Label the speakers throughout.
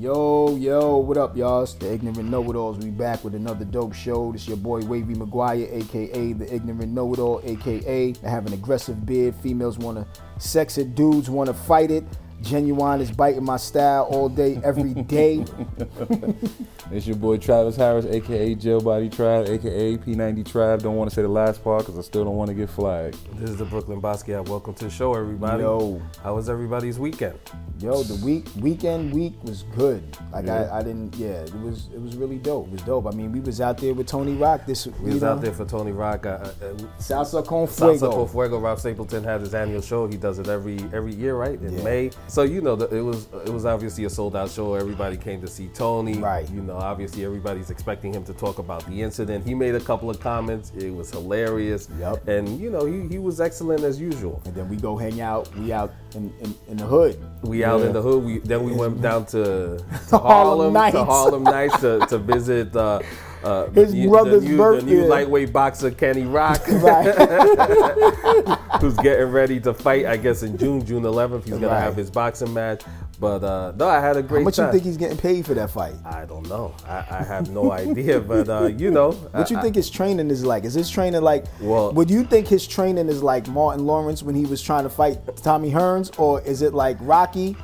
Speaker 1: Yo, yo, what up, y'all? It's the Ignorant Know It Alls. We back with another dope show. This your boy Wavy McGuire, aka the Ignorant Know It All, aka I have an aggressive beard. Females wanna sex it, dudes wanna fight it. Genuine is biting my style all day, every day.
Speaker 2: It's your boy Travis Harris, aka Jailbody Tribe, aka P90 Tribe. Don't want to say the last part because I still don't want to get flagged.
Speaker 3: This is the Brooklyn Basquiat. Welcome to the show, everybody.
Speaker 1: Yo.
Speaker 3: How was everybody's weekend?
Speaker 1: Yo, the week weekend week was good. Like
Speaker 3: Yeah.
Speaker 1: I, I didn't yeah, it was it was really dope. It was dope. I mean, we was out there with Tony Rock this
Speaker 3: We was out there for Tony Rock. Uh, uh, uh,
Speaker 1: Salsa con fuego.
Speaker 3: Salsa con Fuego. Rob Stapleton had his annual show. He does it every every year, right? In
Speaker 1: Yeah.
Speaker 3: May. So you know, the, it was it was obviously a sold out show. Everybody came to see Tony.
Speaker 1: Right.
Speaker 3: You know, obviously everybody's expecting him to talk about the incident. He made a couple of comments. It was hilarious.
Speaker 1: Yup.
Speaker 3: And you know, he, he was excellent as usual.
Speaker 1: And then we go hang out. We out in, in, in the hood.
Speaker 3: We out in the hood. We then we went down to, to
Speaker 1: Harlem
Speaker 3: Harlem,
Speaker 1: Nights.
Speaker 3: to Harlem Nights to, to visit uh, uh,
Speaker 1: His
Speaker 3: the new-
Speaker 1: brother's
Speaker 3: the new, The
Speaker 1: birthday.
Speaker 3: new lightweight boxer Kenny Rock,
Speaker 1: Right.
Speaker 3: who's getting ready to fight. I guess in June, June 11th, he's gonna
Speaker 1: Right.
Speaker 3: have his boxing match. But uh, no, I had a great
Speaker 1: How much
Speaker 3: time.
Speaker 1: you think he's getting paid for that fight?
Speaker 3: I don't know. I, I have no idea. But uh, you know,
Speaker 1: What you
Speaker 3: I-
Speaker 1: think his training is like? Is his training like?
Speaker 3: Well-
Speaker 1: would you think his training is like Martin Lawrence when he was trying to fight Tommy Hearns, or is it like Rocky?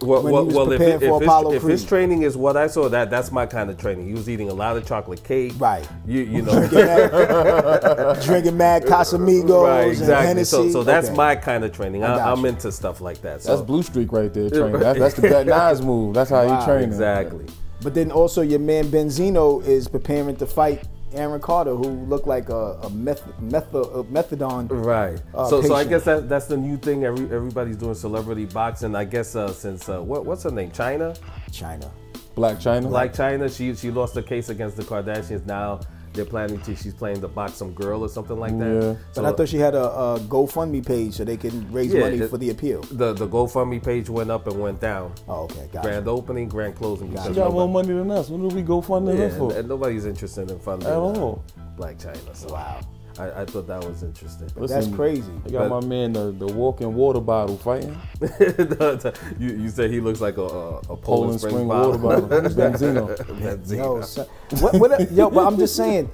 Speaker 3: Well,
Speaker 1: when he
Speaker 3: well,
Speaker 1: was
Speaker 3: well if,
Speaker 1: preparing
Speaker 3: it-
Speaker 1: for
Speaker 3: if,
Speaker 1: Apollo
Speaker 3: his, if his
Speaker 1: Creed.
Speaker 3: training is what I saw, that that's my kind of training. He was eating a lot of chocolate cake.
Speaker 1: Right.
Speaker 3: You you know.
Speaker 1: Drinking mad Casamigos
Speaker 3: Right,
Speaker 1: and
Speaker 3: exactly.
Speaker 1: Hennessy.
Speaker 3: So, so that's
Speaker 1: Okay.
Speaker 3: my kind of training.
Speaker 1: got
Speaker 3: I, I'm
Speaker 1: you.
Speaker 3: into stuff like that. So.
Speaker 2: That's blue streak right there. Training. That's, that's the that Nas move. That's how
Speaker 1: Wow.
Speaker 2: he training.
Speaker 3: exactly.
Speaker 1: But then also your man Benzino is preparing to fight Aaron Carter, who looked like a, a meth, meth, a methadone.
Speaker 3: Right.
Speaker 1: Uh,
Speaker 3: so, so I
Speaker 1: patient.
Speaker 3: guess that that's the new thing. Every everybody's doing celebrity boxing. I guess uh, since uh, what what's her name? China.
Speaker 1: China.
Speaker 2: Black China.
Speaker 3: Like China, she she lost the case against the Kardashians. Now they're planning to. She's planning to box some girl or something like that.
Speaker 2: Yeah.
Speaker 1: But
Speaker 3: So
Speaker 1: I thought she had a, a GoFundMe page so they can raise
Speaker 3: Yeah,
Speaker 1: money
Speaker 3: it-
Speaker 1: for the appeal.
Speaker 3: the the GoFundMe page went up and went down.
Speaker 1: Oh, okay, got it.
Speaker 3: Grand opening, grand closing. because
Speaker 2: she got
Speaker 3: nobody-
Speaker 2: more money than us. What do we go funding
Speaker 3: Yeah,
Speaker 2: her for?
Speaker 3: and, and nobody's interested in funding
Speaker 2: At
Speaker 3: uh,
Speaker 2: all.
Speaker 3: Black China. So
Speaker 1: Wow.
Speaker 3: I, I thought that was interesting.
Speaker 1: That's
Speaker 2: Listen,
Speaker 1: crazy.
Speaker 2: I got
Speaker 3: But-
Speaker 2: my man the, the walking water bottle fighting.
Speaker 3: No, it's- you, you said he looks like a, a, a Poland Spring, bottle.
Speaker 2: water bottle. It's Benzino.
Speaker 3: That's it.
Speaker 1: Yo, son, what, what, yo, but I'm just saying,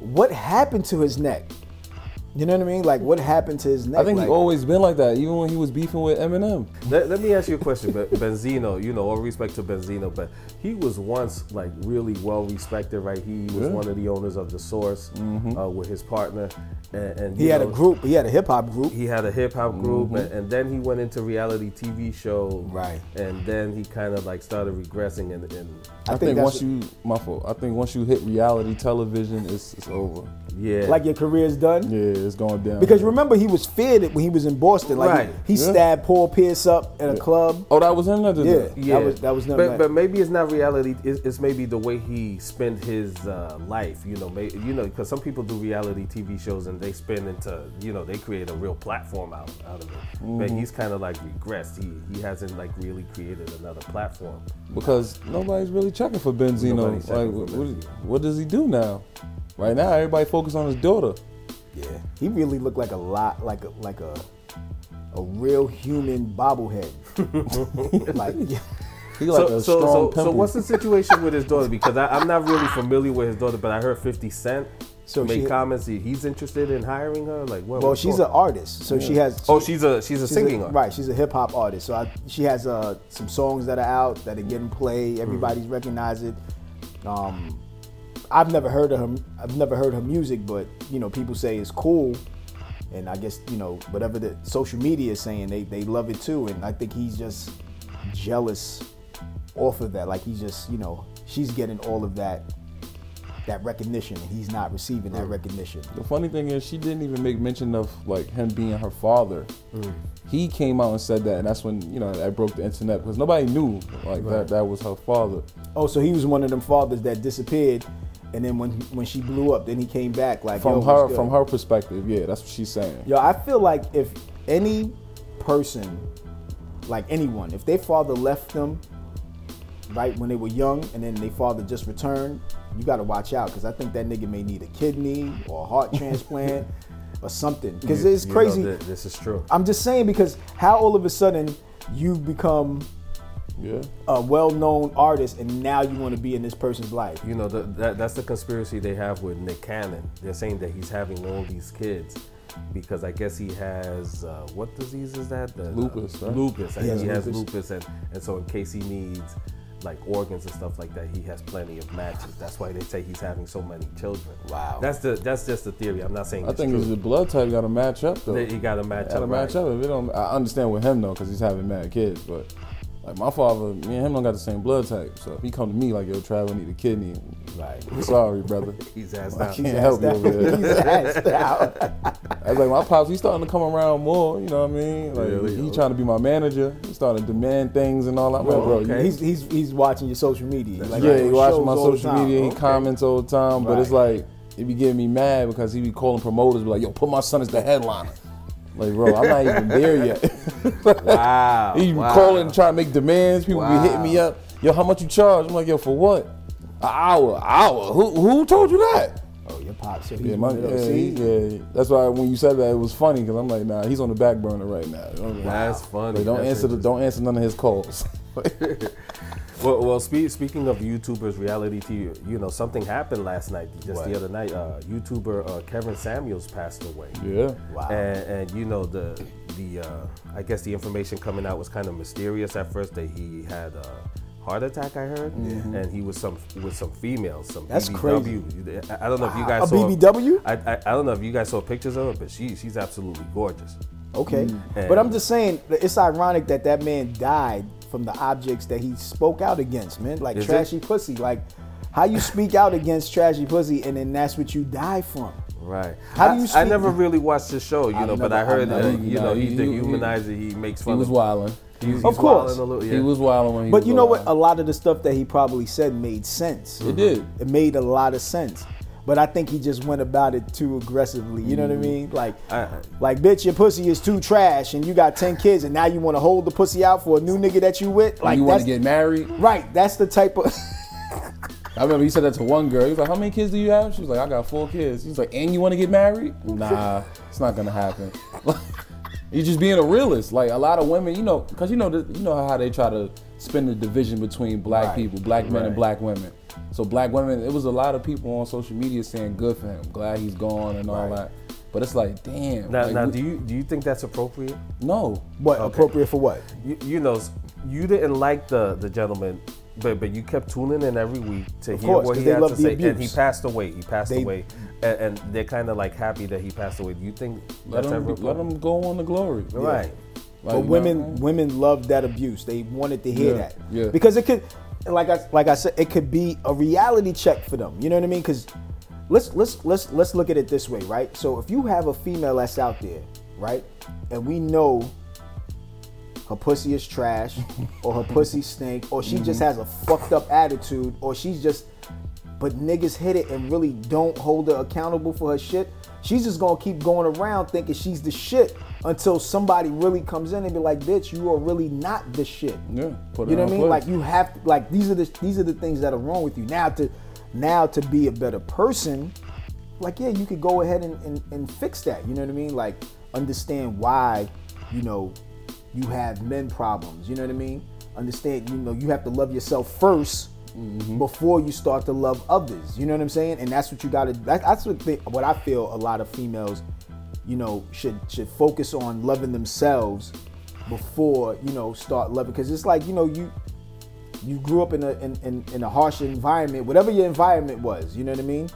Speaker 1: what happened to his neck? You know what I mean? Like, what happened to his neck?
Speaker 2: I think
Speaker 1: Like,
Speaker 2: he always been like that, even when he was beefing with Eminem.
Speaker 3: Let, let me ask you a question, Ben- Benzino. You know, all respect to Benzino, but he was once like really well respected, right? He was
Speaker 2: Yeah.
Speaker 3: one of the owners of the Source uh, with his partner, and, and
Speaker 1: Mm-hmm. he
Speaker 3: you
Speaker 1: had a
Speaker 3: know,
Speaker 1: group. He had a hip hop group.
Speaker 3: He had a hip hop group, and, and then he went into reality TV show,
Speaker 1: Right.
Speaker 3: And then he kind of like started regressing, and, and
Speaker 2: I,
Speaker 1: think
Speaker 2: think,
Speaker 1: that's-
Speaker 2: once you, my fault. I think once you hit reality television, it's, it's over.
Speaker 3: yeah,
Speaker 1: Like your career's done.
Speaker 2: Yeah, it's going down.
Speaker 1: Because remember, he was feared when he was in Boston. Like
Speaker 3: Right.
Speaker 1: he, he
Speaker 2: Yeah.
Speaker 1: stabbed Paul Pierce up at a club.
Speaker 2: oh, that was him that did
Speaker 1: Yeah.
Speaker 2: that?
Speaker 1: That was- that was nothing
Speaker 3: But,
Speaker 1: like-
Speaker 3: but maybe it's not reality. It's, it's maybe the way he spent his uh, life. You know, may, you know, because some people do reality TV shows and they spin into, you know, they create a real platform out, out of it. But
Speaker 1: Mm-hmm.
Speaker 3: he's kind of like regressed. He he hasn't like really created another platform.
Speaker 2: because nobody's really checking for Benzino.
Speaker 3: Nobody's checking
Speaker 2: like,
Speaker 3: for
Speaker 2: what,
Speaker 3: Benzino.
Speaker 2: what does he do now? Right now, everybody focus on his daughter.
Speaker 1: Yeah. He really looked like a lot, like a like a a real human bobblehead. like yeah.
Speaker 2: He like a strong
Speaker 3: so,
Speaker 2: pimple.
Speaker 3: so what's the situation with his daughter? Because I, I'm not really familiar with his daughter, but I heard 50 Cent
Speaker 1: So
Speaker 3: make
Speaker 1: she-
Speaker 3: comments. He- He's interested in hiring her. Like, what?
Speaker 1: Well,
Speaker 3: what's
Speaker 1: she's
Speaker 3: going-
Speaker 1: an artist, so she has.
Speaker 3: Oh, she's a she's a
Speaker 1: she's
Speaker 3: singing
Speaker 1: a,
Speaker 3: artist.
Speaker 1: Right, she's a hip hop artist. So I, she has uh, some songs that are out that are getting
Speaker 3: Mm-hmm.
Speaker 1: played. Everybody's recognized it. Um, I've never heard of her. I've never heard her music, but you know, people say it's cool, and I guess you know whatever the social media is saying, they they love it too. And I think he's just jealous off of that. Like he just you know she's getting all of that that recognition, and he's not receiving that recognition.
Speaker 2: The funny thing is, she didn't even make mention of like him being her father.
Speaker 3: Mm.
Speaker 2: He came out and said that, and that's when you know that broke the internet because nobody knew like that that was her father.
Speaker 1: Oh, so he was one of them fathers that disappeared, and then when when she blew up, then he came back. Like yo,
Speaker 2: From
Speaker 1: what's
Speaker 2: her
Speaker 1: good?
Speaker 2: from her perspective, yeah, that's what she's saying.
Speaker 1: Yo, I feel like if any person, like anyone, if their father left them, right when they were young, and then their father just returned, you got to watch out because I think that nigga may need a kidney or a heart transplant or something. Because
Speaker 3: You-
Speaker 1: it's
Speaker 3: you know
Speaker 1: crazy.
Speaker 3: that this is true.
Speaker 1: I'm just saying because how all of a sudden you become
Speaker 2: Yeah.
Speaker 1: a well-known artist, and now you want to be in this person's life.
Speaker 3: You know, the, that, that's the conspiracy they have with Nick Cannon. They're saying that he's having all these kids because I guess he has uh, what disease is that? The,
Speaker 2: Lupus, right?
Speaker 3: Lupus. I
Speaker 1: He
Speaker 3: think
Speaker 1: has
Speaker 3: he has
Speaker 1: lupus.
Speaker 3: lupus, and, and so in case he needs like organs and stuff like that, he has plenty of matches. That's why they say he's having so many children.
Speaker 1: Wow.
Speaker 3: That's the that's just the theory. I'm not saying
Speaker 2: I
Speaker 3: it's
Speaker 2: think
Speaker 3: true.
Speaker 2: it's the blood type got to match up though.
Speaker 3: That you got to match
Speaker 2: Got to
Speaker 3: up.
Speaker 2: match
Speaker 3: right.
Speaker 2: up. If it don't, I understand with him though, because he's having mad kids. But like my father, me and him don't got the same blood type. So if he come to me like, yo, Trav, I need a kidney.
Speaker 3: Right.
Speaker 2: Sorry, brother.
Speaker 3: He's asked
Speaker 2: I
Speaker 3: out.
Speaker 2: can't help you over there.
Speaker 1: He's asked out.
Speaker 2: I was like, my pops, he's starting to come around more. You know what I mean? Like,
Speaker 3: Really?
Speaker 2: he trying to be my manager. He starting to demand things and all that. I'm like, bro,
Speaker 3: okay.
Speaker 2: you-
Speaker 1: He's, he's he's watching your social media. Like,
Speaker 2: yeah,
Speaker 1: I'm
Speaker 2: he
Speaker 1: on
Speaker 2: watches
Speaker 1: shows
Speaker 2: my
Speaker 1: all the
Speaker 2: social
Speaker 1: time.
Speaker 2: media. He
Speaker 1: Okay.
Speaker 2: comments all the time, but it's like it be getting me mad because he be calling promoters, be like, "Yo, put my son as the headliner." Like, bro, I'm not even there yet.
Speaker 3: Wow.
Speaker 2: he be
Speaker 3: Oh, wow.
Speaker 2: calling, trying to make demands. People
Speaker 3: Wow.
Speaker 2: be hitting me up. Yo, how much you charge? I'm like, yo, for what? An hour, hour. Who who told you that?
Speaker 1: Oh, your pops. Yeah,
Speaker 2: Yeah,
Speaker 1: he's
Speaker 2: my,
Speaker 1: one of
Speaker 2: yeah,
Speaker 1: those.
Speaker 2: he-
Speaker 1: See?
Speaker 2: yeah. That's why when you said that, it was funny because I'm like, nah, he's on the back burner right now. You know what I mean?
Speaker 3: That's funny.
Speaker 2: Like, don't
Speaker 3: That's
Speaker 2: answer the, don't answer none of his calls.
Speaker 3: Well, well spe- speaking of YouTubers, reality TV, you know, something happened last night, just
Speaker 1: What?
Speaker 3: the other night. Uh, YouTuber uh, Kevin Samuels passed away.
Speaker 2: yeah.
Speaker 1: Wow.
Speaker 3: And, and you know the the uh, I guess the information coming out was kind of mysterious at first that he had a heart attack. I heard, and he was some with some females, some
Speaker 1: That's
Speaker 3: BBW. I I don't know if you
Speaker 1: Wow.
Speaker 3: guys
Speaker 1: A
Speaker 3: saw
Speaker 1: BBW?
Speaker 3: I, I I don't know if you guys saw pictures of her, but she she's absolutely gorgeous.
Speaker 1: Okay.
Speaker 3: Mm.
Speaker 1: But I'm just saying, that it's ironic that that man died from the objects that he spoke out against, man. Like
Speaker 3: Is it?
Speaker 1: trashy pussy. Like, how you speak out against trashy pussy and then that's what you die from?
Speaker 3: Right.
Speaker 1: How
Speaker 3: I,
Speaker 1: do you
Speaker 3: I
Speaker 1: speak-
Speaker 3: never really watched the show, you
Speaker 1: I've
Speaker 3: know, but
Speaker 1: never-
Speaker 3: I heard
Speaker 1: I've
Speaker 3: uh,
Speaker 2: never-
Speaker 3: you know
Speaker 2: no,
Speaker 3: he's
Speaker 2: he-
Speaker 3: the
Speaker 2: he-
Speaker 3: humanizer. He makes
Speaker 2: He
Speaker 3: fun.
Speaker 2: was
Speaker 3: of,
Speaker 2: wilding.
Speaker 3: He's, he's
Speaker 1: Of course.
Speaker 3: wilding A little, yeah.
Speaker 2: He was wilding when he was
Speaker 1: But you know what?
Speaker 2: wilding.
Speaker 1: A lot of the stuff that he probably said made sense.
Speaker 2: It did.
Speaker 1: It made a lot of sense. But I think he just went about it too aggressively. You know
Speaker 2: Mm.
Speaker 1: what I mean? Like,
Speaker 3: I-
Speaker 1: like, bitch, your pussy is too trash, and you got ten kids, and now you want to hold the pussy out for a new nigga that you with? Like,
Speaker 2: you want
Speaker 1: that's
Speaker 2: to get married?
Speaker 1: right. That's the type of.
Speaker 2: I remember he said that to one girl. He was like, "How many kids do you have?" She was like, "I got four kids." He was like, "And you want to get married?" Nah, it's not gonna happen. You're just being a realist. Like a lot of women, you know, because you know, the, you know how they try to spin the division between black
Speaker 1: Right.
Speaker 2: people, black men,
Speaker 3: Right.
Speaker 2: and black women. So black women, it was a lot of people on social media saying, "Good for him, glad he's gone," and all
Speaker 3: Right.
Speaker 2: that. But it's like, damn.
Speaker 3: Now,
Speaker 2: like,
Speaker 3: now
Speaker 2: we-
Speaker 3: do you do you think that's appropriate?
Speaker 2: no.
Speaker 1: What appropriate for what?
Speaker 3: You, you know, s- you didn't like the the gentleman, but but you kept tuning in every week to hear
Speaker 1: course,
Speaker 3: what
Speaker 1: 'cause
Speaker 3: he
Speaker 1: they
Speaker 3: had
Speaker 1: love
Speaker 3: to
Speaker 1: the
Speaker 3: say, and he
Speaker 1: abuse.
Speaker 3: passed away. He passed
Speaker 1: They-
Speaker 3: away, and, and they're kind of like happy that he passed away. Do you think
Speaker 2: Let
Speaker 3: that's
Speaker 2: him,
Speaker 3: ever
Speaker 2: let him go on to glory.
Speaker 3: right?
Speaker 2: Like,
Speaker 1: but
Speaker 2: you know
Speaker 1: women
Speaker 2: what I'm saying?
Speaker 1: women loved that abuse. They wanted to hear
Speaker 2: Yeah,
Speaker 1: that.
Speaker 2: yeah.
Speaker 1: Because it could like I like I said, it could be a reality check for them. You know what I mean? Cause let's let's let's let's look at it this way, right? So if you have a female that's out there, right, and we know her pussy is trash, or her pussy stink, or she just has
Speaker 2: Mm-hmm.
Speaker 1: a fucked up attitude, or she's just but niggas hit it and really don't hold her accountable for her shit. She's just gonna keep going around thinking she's the shit until somebody really comes in and be like, bitch, you are really not the shit.
Speaker 2: Yeah, put
Speaker 1: you
Speaker 2: it
Speaker 1: know what
Speaker 2: in
Speaker 1: I mean?
Speaker 2: place.
Speaker 1: Like you have to, like these are the these are the things that are wrong with you. Now to now to be a better person, like yeah, you could go ahead and, and, and fix that. You know what I mean? Like understand why, you know, you have men problems. You know what I mean? Understand, you know, you have to love yourself 1st before you start to love others. You know what I'm saying? And that's what you gotta that, that's what they, what I feel a lot of females, you know, should should focus on loving themselves before, you know, start loving because it's like, you know, you you grew up in a in, in, in a harsh environment, whatever your environment was, you know what I mean?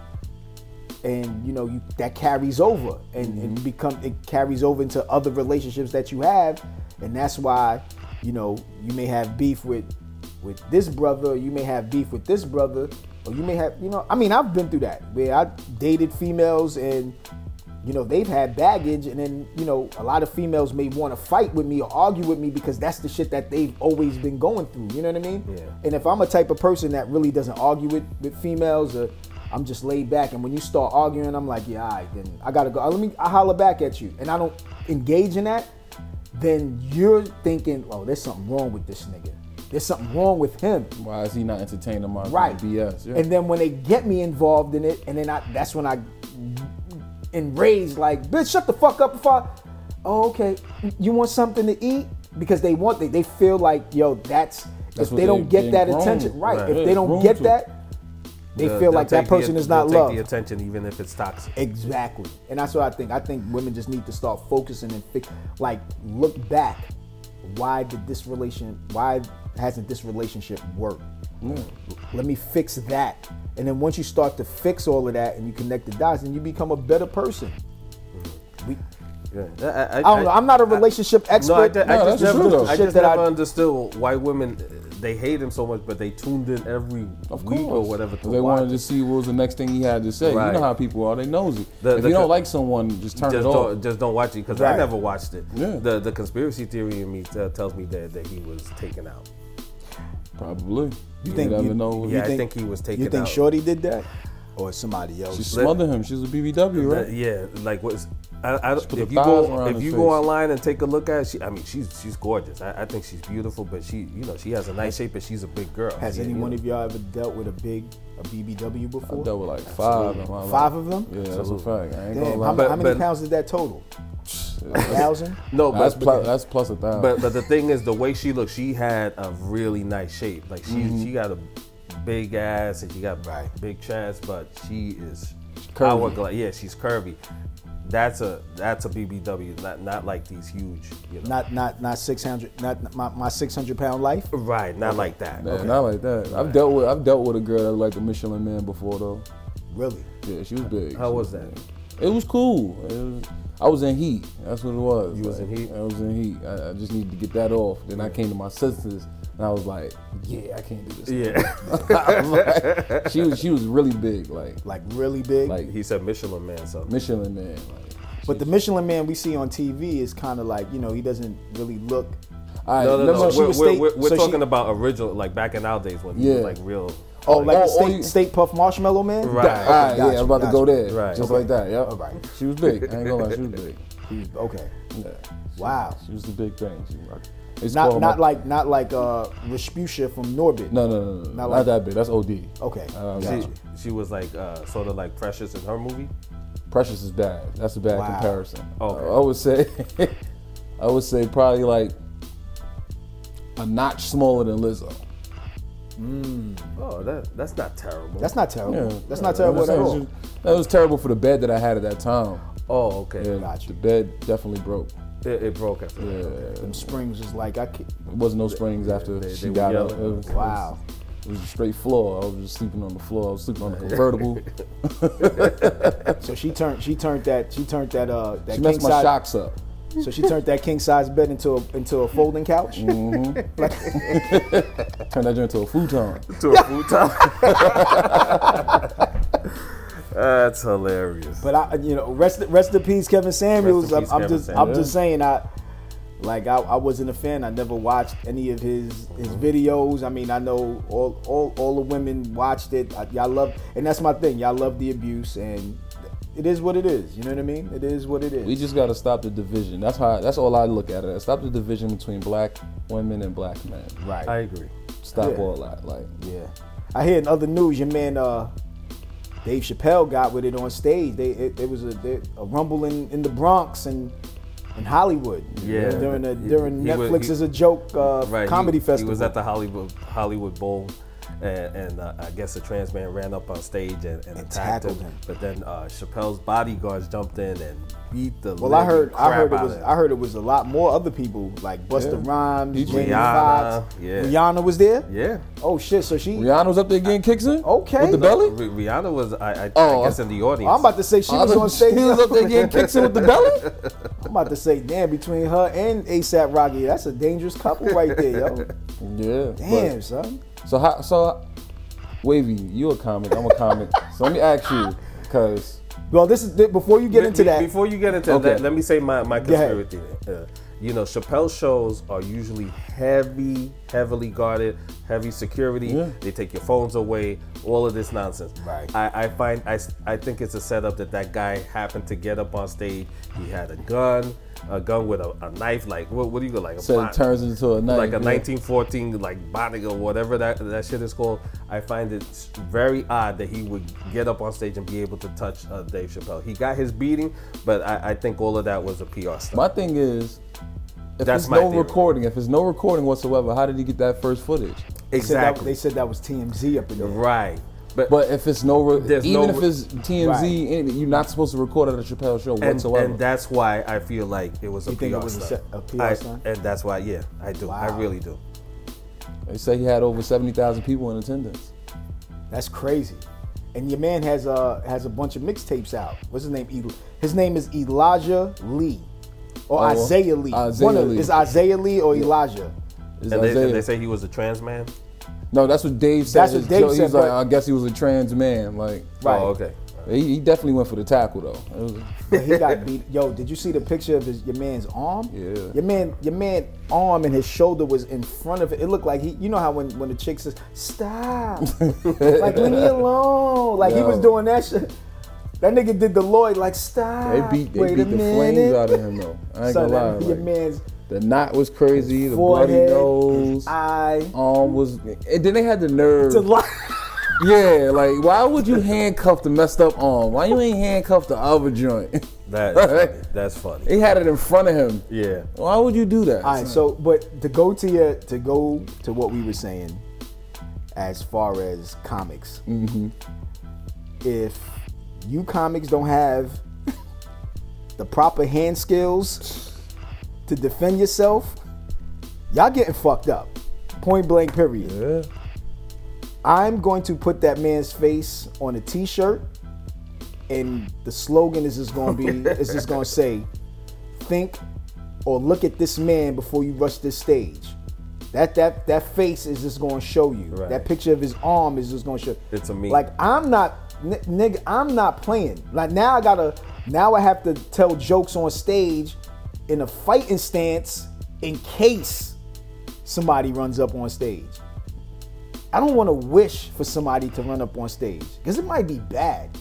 Speaker 1: and you know you that carries over and, and become it carries over into other relationships that you have and that's why you know you may have beef with with this brother or you may have beef with this brother or you may have you know i mean i've been through that where i dated females and you know they've had baggage and then you know a lot of females may want to fight with me or argue with me because that's the shit that they've always been going through you know what i mean
Speaker 3: Yeah.
Speaker 1: and if I'm a type of person that really doesn't argue with, with females or I'm just laid back and when you start arguing, I'm like, yeah, all right, then I gotta go. Uh, Let me I holler back at you and I don't engage in that, then you're thinking, oh, there's something wrong with this nigga. There's something wrong with him.
Speaker 2: Why is he not entertaining my
Speaker 1: Right.
Speaker 2: BS? Yeah.
Speaker 1: And then when they get me involved in it, and then I that's when I enraged, like, bitch, shut the fuck up before I, oh, okay. You want something to eat? Because they want they, they feel like, yo, that's
Speaker 2: That's
Speaker 1: if
Speaker 2: what
Speaker 1: they don't get
Speaker 2: they- they
Speaker 1: that
Speaker 2: grown.
Speaker 1: attention, right?
Speaker 3: Right.
Speaker 1: If
Speaker 2: Yeah,
Speaker 1: they don't
Speaker 2: grown
Speaker 1: get
Speaker 2: to.
Speaker 1: that, they
Speaker 3: They'll-
Speaker 1: feel
Speaker 3: they'll
Speaker 1: like that
Speaker 3: take the-
Speaker 1: person is
Speaker 3: they'll
Speaker 1: not loved.
Speaker 3: Take the attention, even if it's toxic.
Speaker 1: Exactly, and that's what I think. I think women just need to start focusing and fi- like look back. Why did this relation? Why hasn't this relationship worked?
Speaker 3: Mm.
Speaker 1: Let me fix that. And then once you start to fix all of that and you connect the dots, then you become a better person. We,
Speaker 3: Yeah. I, I,
Speaker 1: I don't know. I'm not a relationship
Speaker 3: No, I,
Speaker 1: expert.
Speaker 3: ju- I
Speaker 2: No, that's
Speaker 3: just never,
Speaker 2: true, though.
Speaker 3: I
Speaker 1: Shit
Speaker 3: just
Speaker 1: that
Speaker 3: never
Speaker 1: I-
Speaker 3: understood why women uh, they hate him so much, but they tuned in every
Speaker 2: Of
Speaker 3: week
Speaker 2: course.
Speaker 3: or whatever to
Speaker 2: They
Speaker 3: watch.
Speaker 2: wanted to see what was the next thing he had to say. You
Speaker 3: Right.
Speaker 2: know how people are. They nosy.
Speaker 3: The-
Speaker 2: if
Speaker 3: the
Speaker 2: you
Speaker 3: co-
Speaker 2: don't like someone, just turn
Speaker 3: just
Speaker 2: it off.
Speaker 3: don't, just don't watch it because I
Speaker 1: Right.
Speaker 3: never watched it.
Speaker 2: Yeah.
Speaker 3: The the conspiracy theory in me t- tells me that, that he was taken out.
Speaker 2: Probably. You,
Speaker 1: think
Speaker 2: never
Speaker 1: you-
Speaker 2: know. what-
Speaker 3: Yeah, I think he was taken
Speaker 1: You think
Speaker 3: out.
Speaker 1: Shorty did that, or somebody else?
Speaker 2: She smothered him. She was a BBW, right?
Speaker 3: That- yeah, like what's I, I,
Speaker 2: put
Speaker 3: if
Speaker 2: the
Speaker 3: you
Speaker 2: thighs
Speaker 3: go
Speaker 2: around
Speaker 3: if
Speaker 2: his
Speaker 3: you
Speaker 2: face.
Speaker 3: go online and take a look at, it, she, I mean she's she's gorgeous. I, I think she's beautiful, but she you know she has a nice shape and she's a big girl.
Speaker 1: Has
Speaker 3: Yeah,
Speaker 1: any
Speaker 3: you
Speaker 1: one
Speaker 3: know.
Speaker 1: of y'all ever dealt with a big a BBW before?
Speaker 2: I dealt with like five in my life.
Speaker 1: Five of them?
Speaker 2: Yeah, that's a fact. I
Speaker 1: Damn,
Speaker 2: ain't gonna
Speaker 1: how,
Speaker 2: lie.
Speaker 1: ma-
Speaker 3: But-
Speaker 1: how many
Speaker 3: but-
Speaker 1: pounds is that total? A
Speaker 2: That's-
Speaker 1: thousand?
Speaker 3: no, but,
Speaker 2: that's,
Speaker 3: but
Speaker 2: plus, that's plus a thousand.
Speaker 3: But but the thing is, the way she looked, she had a really nice shape. Like she she got a big ass and she got
Speaker 1: Right.
Speaker 3: big chest, but she is
Speaker 2: Curvy.
Speaker 3: I would gla- yeah, she's curvy. That's a that's a BBW, not not like these huge, you know.
Speaker 1: Not not not six hundred not not my, my six hundred pound life.
Speaker 3: right, not like that.
Speaker 2: Man, not like that. I've dealt with I've dealt with a girl that looked like the Michelin Man before though.
Speaker 1: Really?
Speaker 2: Yeah, she was big.
Speaker 3: How
Speaker 2: She
Speaker 3: was that?
Speaker 2: big. It was cool. It was, I was in heat. That's what it was. You
Speaker 3: was in heat?
Speaker 2: I was in heat. I, I just needed to get that off. Then I came to my senses and I was like, yeah, I can't do this.
Speaker 3: Yeah.
Speaker 2: I was like- she was she was really big, like
Speaker 1: Like really big?
Speaker 2: like
Speaker 3: he said Michelin man, so
Speaker 2: Michelin Man. Like,
Speaker 1: but the Michelin man we see on TV is kind of like you know he doesn't really look.
Speaker 2: all right,
Speaker 3: no, no,
Speaker 2: let
Speaker 3: no.
Speaker 1: so
Speaker 2: me-
Speaker 1: she
Speaker 3: we're
Speaker 1: was
Speaker 3: we're,
Speaker 1: state-
Speaker 3: we're, we're
Speaker 1: so she-
Speaker 3: talking about original, like back in our days when you
Speaker 2: Yeah.
Speaker 3: were like real.
Speaker 1: Oh, like
Speaker 2: oh,
Speaker 1: the steak,
Speaker 2: you-
Speaker 1: steak puff marshmallow man.
Speaker 3: Right.
Speaker 2: All
Speaker 1: Gotcha,
Speaker 2: right, yeah, I'm about
Speaker 1: gotcha.
Speaker 2: to go there.
Speaker 3: Right.
Speaker 2: Just like that, yeah. All
Speaker 1: right.
Speaker 2: She was big. I ain't gonna lie, she was big.
Speaker 1: Okay.
Speaker 2: Yeah.
Speaker 1: Wow.
Speaker 2: She was the big thing. She was it's
Speaker 1: Not
Speaker 2: called
Speaker 1: not
Speaker 2: my-
Speaker 1: like not like uh Respucia from Norbit.
Speaker 2: no no no no not,
Speaker 1: like-
Speaker 2: that big. That's OD.
Speaker 1: Okay.
Speaker 2: Um,
Speaker 3: She, she was like uh, sort of like Precious in her movie.
Speaker 2: Precious is bad. That's a bad
Speaker 1: Wow.
Speaker 2: comparison.
Speaker 3: Okay.
Speaker 2: I would say I would say probably like a notch smaller than Lizzo.
Speaker 3: Oh, that that's not terrible.
Speaker 1: That's not terrible.
Speaker 2: Yeah,
Speaker 1: That's not terrible at
Speaker 2: That was-
Speaker 1: all.
Speaker 2: That was terrible for the bed that I had at that time.
Speaker 3: oh, okay.
Speaker 2: Yeah,
Speaker 1: Got you.
Speaker 2: The bed definitely broke.
Speaker 3: It, it broke after that. okay.
Speaker 1: Them springs is like I can't.
Speaker 2: There wasn't no springs after
Speaker 3: they-
Speaker 2: she
Speaker 3: they were
Speaker 2: got up.
Speaker 3: yelling.
Speaker 2: It was-
Speaker 1: Wow.
Speaker 2: It was a straight floor. I was just sleeping on the floor. I was sleeping on a convertible.
Speaker 1: So she turned she turned that she turned that uh that
Speaker 2: she
Speaker 1: king
Speaker 2: messed my
Speaker 1: size
Speaker 2: shocks up.
Speaker 1: so she turned that king size bed into a into a folding couch.
Speaker 3: Mm-hmm.
Speaker 2: Turned that joint into a futon.
Speaker 3: to a futon. That's hilarious.
Speaker 1: But I you know rest rest in peace Kevin Samuels.
Speaker 3: Rest in
Speaker 1: I'm, I'm
Speaker 3: peace, Kevin
Speaker 1: just I'm
Speaker 3: Samuels.
Speaker 1: just saying I like I, I wasn't a fan. I never watched any of his his videos. I mean I know all all all the women watched it. I, y'all love and that's my thing. Y'all love the abuse and it is what it is. You know what I mean? It is what it is.
Speaker 2: We just gotta stop the division. That's how. That's all I look at it. Stop the division between black women and black men.
Speaker 1: right.
Speaker 3: I agree.
Speaker 2: Stop
Speaker 1: Yeah.
Speaker 2: all that. Like,
Speaker 1: Yeah. I hear in other news, your man uh, Dave Chappelle got with it on stage. They it, it was a, they- a rumble in, in the Bronx and in Hollywood.
Speaker 3: Yeah.
Speaker 1: During the
Speaker 3: He-
Speaker 1: during
Speaker 3: he was-
Speaker 1: Netflix
Speaker 3: he-
Speaker 1: is a joke uh,
Speaker 3: Right.
Speaker 1: comedy
Speaker 3: he,
Speaker 1: festival.
Speaker 3: He was at the Hollywood Hollywood Bowl, and, and uh, I guess a trans man ran up on stage and, and, attacked
Speaker 1: tackled
Speaker 3: him.
Speaker 1: him.
Speaker 3: But then uh, Chappelle's bodyguards jumped in and beat the.
Speaker 1: well, I
Speaker 3: living
Speaker 1: heard I
Speaker 3: crap
Speaker 1: heard it
Speaker 3: out
Speaker 1: was
Speaker 3: of him.
Speaker 1: I heard it was a lot more other people like Busta
Speaker 2: Yeah.
Speaker 1: Rhymes,
Speaker 2: Did you-
Speaker 1: Jamie
Speaker 3: Rihanna,
Speaker 1: Foxx,
Speaker 3: yeah.
Speaker 1: Rihanna was there.
Speaker 3: yeah.
Speaker 1: Oh shit! So she,
Speaker 2: Rihanna was up there getting kicks in.
Speaker 1: Okay.
Speaker 2: With the
Speaker 3: Re-
Speaker 2: belly.
Speaker 3: Rihanna was I, I,
Speaker 2: Oh,
Speaker 3: I guess in the audience.
Speaker 1: I'm about to say she
Speaker 2: I
Speaker 1: was
Speaker 2: thought
Speaker 1: on stage.
Speaker 2: She was up there getting kicks in with the belly.
Speaker 1: I'm about to say, damn, between her and ASAP Rocky, that's a dangerous couple right there, yo.
Speaker 2: Yeah.
Speaker 1: Damn, son.
Speaker 2: but- so how? So, Wavy, you a comic? I'm a comic. so let me ask you, cause
Speaker 1: Well, this is before you get
Speaker 3: Be-
Speaker 1: into
Speaker 3: be-
Speaker 1: that.
Speaker 3: Before you get into
Speaker 2: Okay.
Speaker 3: that, let me say my, my
Speaker 1: Go ahead.
Speaker 3: conspiracy. Uh, you know, Chappelle shows are usually heavy, heavily guarded, heavy security.
Speaker 2: Yeah.
Speaker 3: They take your phones away, all of this nonsense.
Speaker 1: Right.
Speaker 3: I, I find, I, s- I think it's a setup that that guy happened to get up on stage. He had a gun, a gun with a, a knife, like, what, what do you go, like a
Speaker 2: so
Speaker 3: bot-
Speaker 2: it turns into a night.
Speaker 3: like a 1914 like Bonigo, whatever that that shit is called. I find it s- very odd that he would get up on stage and be able to touch uh, Dave Chappelle. He got his beating, but I, I think all of that was a PR stunt.
Speaker 2: My thing is, If
Speaker 3: That's
Speaker 2: there's
Speaker 3: my
Speaker 2: no
Speaker 3: theory.
Speaker 2: recording, if there's no recording whatsoever, how did he get that first footage?
Speaker 1: They said that, they said that was TMZ up in there.
Speaker 3: right. But,
Speaker 2: But if it's no, re-
Speaker 3: There's
Speaker 2: even
Speaker 3: no
Speaker 2: if
Speaker 3: re-
Speaker 2: it's TMZ,
Speaker 1: Right.
Speaker 2: any- you're not supposed to record at a Chappelle show
Speaker 3: and,
Speaker 2: whatsoever.
Speaker 3: and that's why I feel like it was a
Speaker 1: You
Speaker 3: PR
Speaker 1: think it was a
Speaker 3: stunt.
Speaker 1: set- a PR
Speaker 3: I-
Speaker 1: stunt?
Speaker 3: And that's why, yeah, I do. I
Speaker 1: Wow.
Speaker 3: really do.
Speaker 2: they say he had over seventy thousand people in attendance.
Speaker 1: That's crazy. And your man has a has a bunch of mixtapes out. What's his name? El- His name is Elijah Lee, or
Speaker 2: Oh,
Speaker 1: Isaiah Lee.
Speaker 2: Isaiah
Speaker 1: One of,
Speaker 2: Lee.
Speaker 1: Is Isaiah Lee or Elijah?
Speaker 2: It's
Speaker 3: And they,
Speaker 2: Isaiah.
Speaker 3: and they say he was a trans man.
Speaker 2: no, that's what Dave said.
Speaker 1: That's what
Speaker 2: His
Speaker 1: Dave
Speaker 2: joke- he
Speaker 1: said,
Speaker 2: was like,
Speaker 1: but-
Speaker 2: I guess he was a trans man. Like,
Speaker 1: Right.
Speaker 3: Oh, okay.
Speaker 2: he, he definitely went for the tackle though. It was-
Speaker 1: But he got beat. Yo, did you see the picture of his, your man's arm?
Speaker 2: Yeah.
Speaker 1: Your man, your man arm and his shoulder was in front of it. It looked like he, you know how when when the chick says stop, like leave me alone, like he
Speaker 2: Yo.
Speaker 1: was doing that shit. That nigga did the Lloyd like stop.
Speaker 2: They beat they
Speaker 1: Ah, wait a
Speaker 2: beat the flames
Speaker 1: minute."
Speaker 2: out of him though. I ain't
Speaker 1: Son,
Speaker 2: gonna lie.
Speaker 1: that- your
Speaker 2: like,
Speaker 1: man's
Speaker 2: the knot was crazy. The
Speaker 1: forehead,
Speaker 2: bloody nose.
Speaker 1: his eye.
Speaker 2: Arm was. And then they had the nerve.
Speaker 1: It's a lot.
Speaker 2: yeah, like why would you handcuff the messed up arm? Why you ain't handcuff the other joint?
Speaker 3: That, that's funny.
Speaker 2: he had it in front of him.
Speaker 3: Yeah.
Speaker 2: Why would you do that?
Speaker 1: All right, so but to go to your to go to what we were saying, as far as comics, if you comics don't have the proper hand skills to defend yourself, y'all getting fucked up. Point blank. Period.
Speaker 2: Yeah.
Speaker 1: I'm going to put that man's face on a T-shirt, and the slogan is just going to be is just going to say, "Think or look at this man before you rush this stage." That that that face is just going to show you.
Speaker 3: Right.
Speaker 1: That picture of his arm is just going to show.
Speaker 3: It's a meme.
Speaker 1: Like I'm not, n- nigga. I'm not playing. Like now I gotta. Now I have to tell jokes on stage in a fighting stance in case somebody runs up on stage. I don't want to wish for somebody to run up on stage because it might be bad.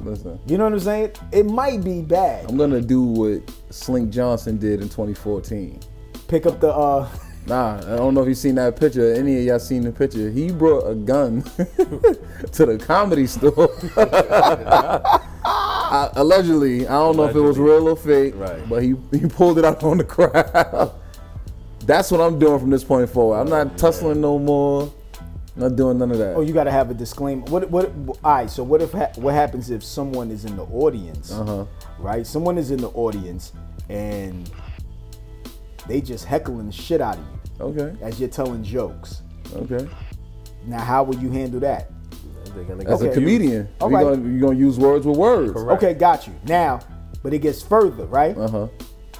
Speaker 2: Listen,
Speaker 1: You know what I'm saying? It might be bad.
Speaker 2: I'm gonna do what Slink Johnson did in 2014.
Speaker 1: Pick up the uh,
Speaker 2: Nah, I don't know if you seen that picture. Any of y'all seen the picture? He brought a gun to the comedy store. I, allegedly, I don't know if it was
Speaker 3: Allegedly.
Speaker 2: real or fake,
Speaker 3: Right.
Speaker 2: but he, he pulled it out on the crowd. That's what I'm doing from this point forward. I'm not tussling no more. Not doing none of that.
Speaker 1: oh, you gotta have a disclaimer. What what? All right. So what if ha- what happens if someone is in the audience? Uh-huh. Right. Someone is in the audience and they just heckling the shit out of you
Speaker 2: okay,
Speaker 1: as you're telling jokes.
Speaker 2: okay.
Speaker 1: Now, how will you handle that?
Speaker 3: They're gonna
Speaker 2: As
Speaker 3: go-
Speaker 2: a comedian,
Speaker 1: All
Speaker 2: you're
Speaker 1: right.
Speaker 2: gonna, you gonna use words with words.
Speaker 3: Correct.
Speaker 1: Okay, got you. Now, but it gets further, right?
Speaker 2: Uh huh.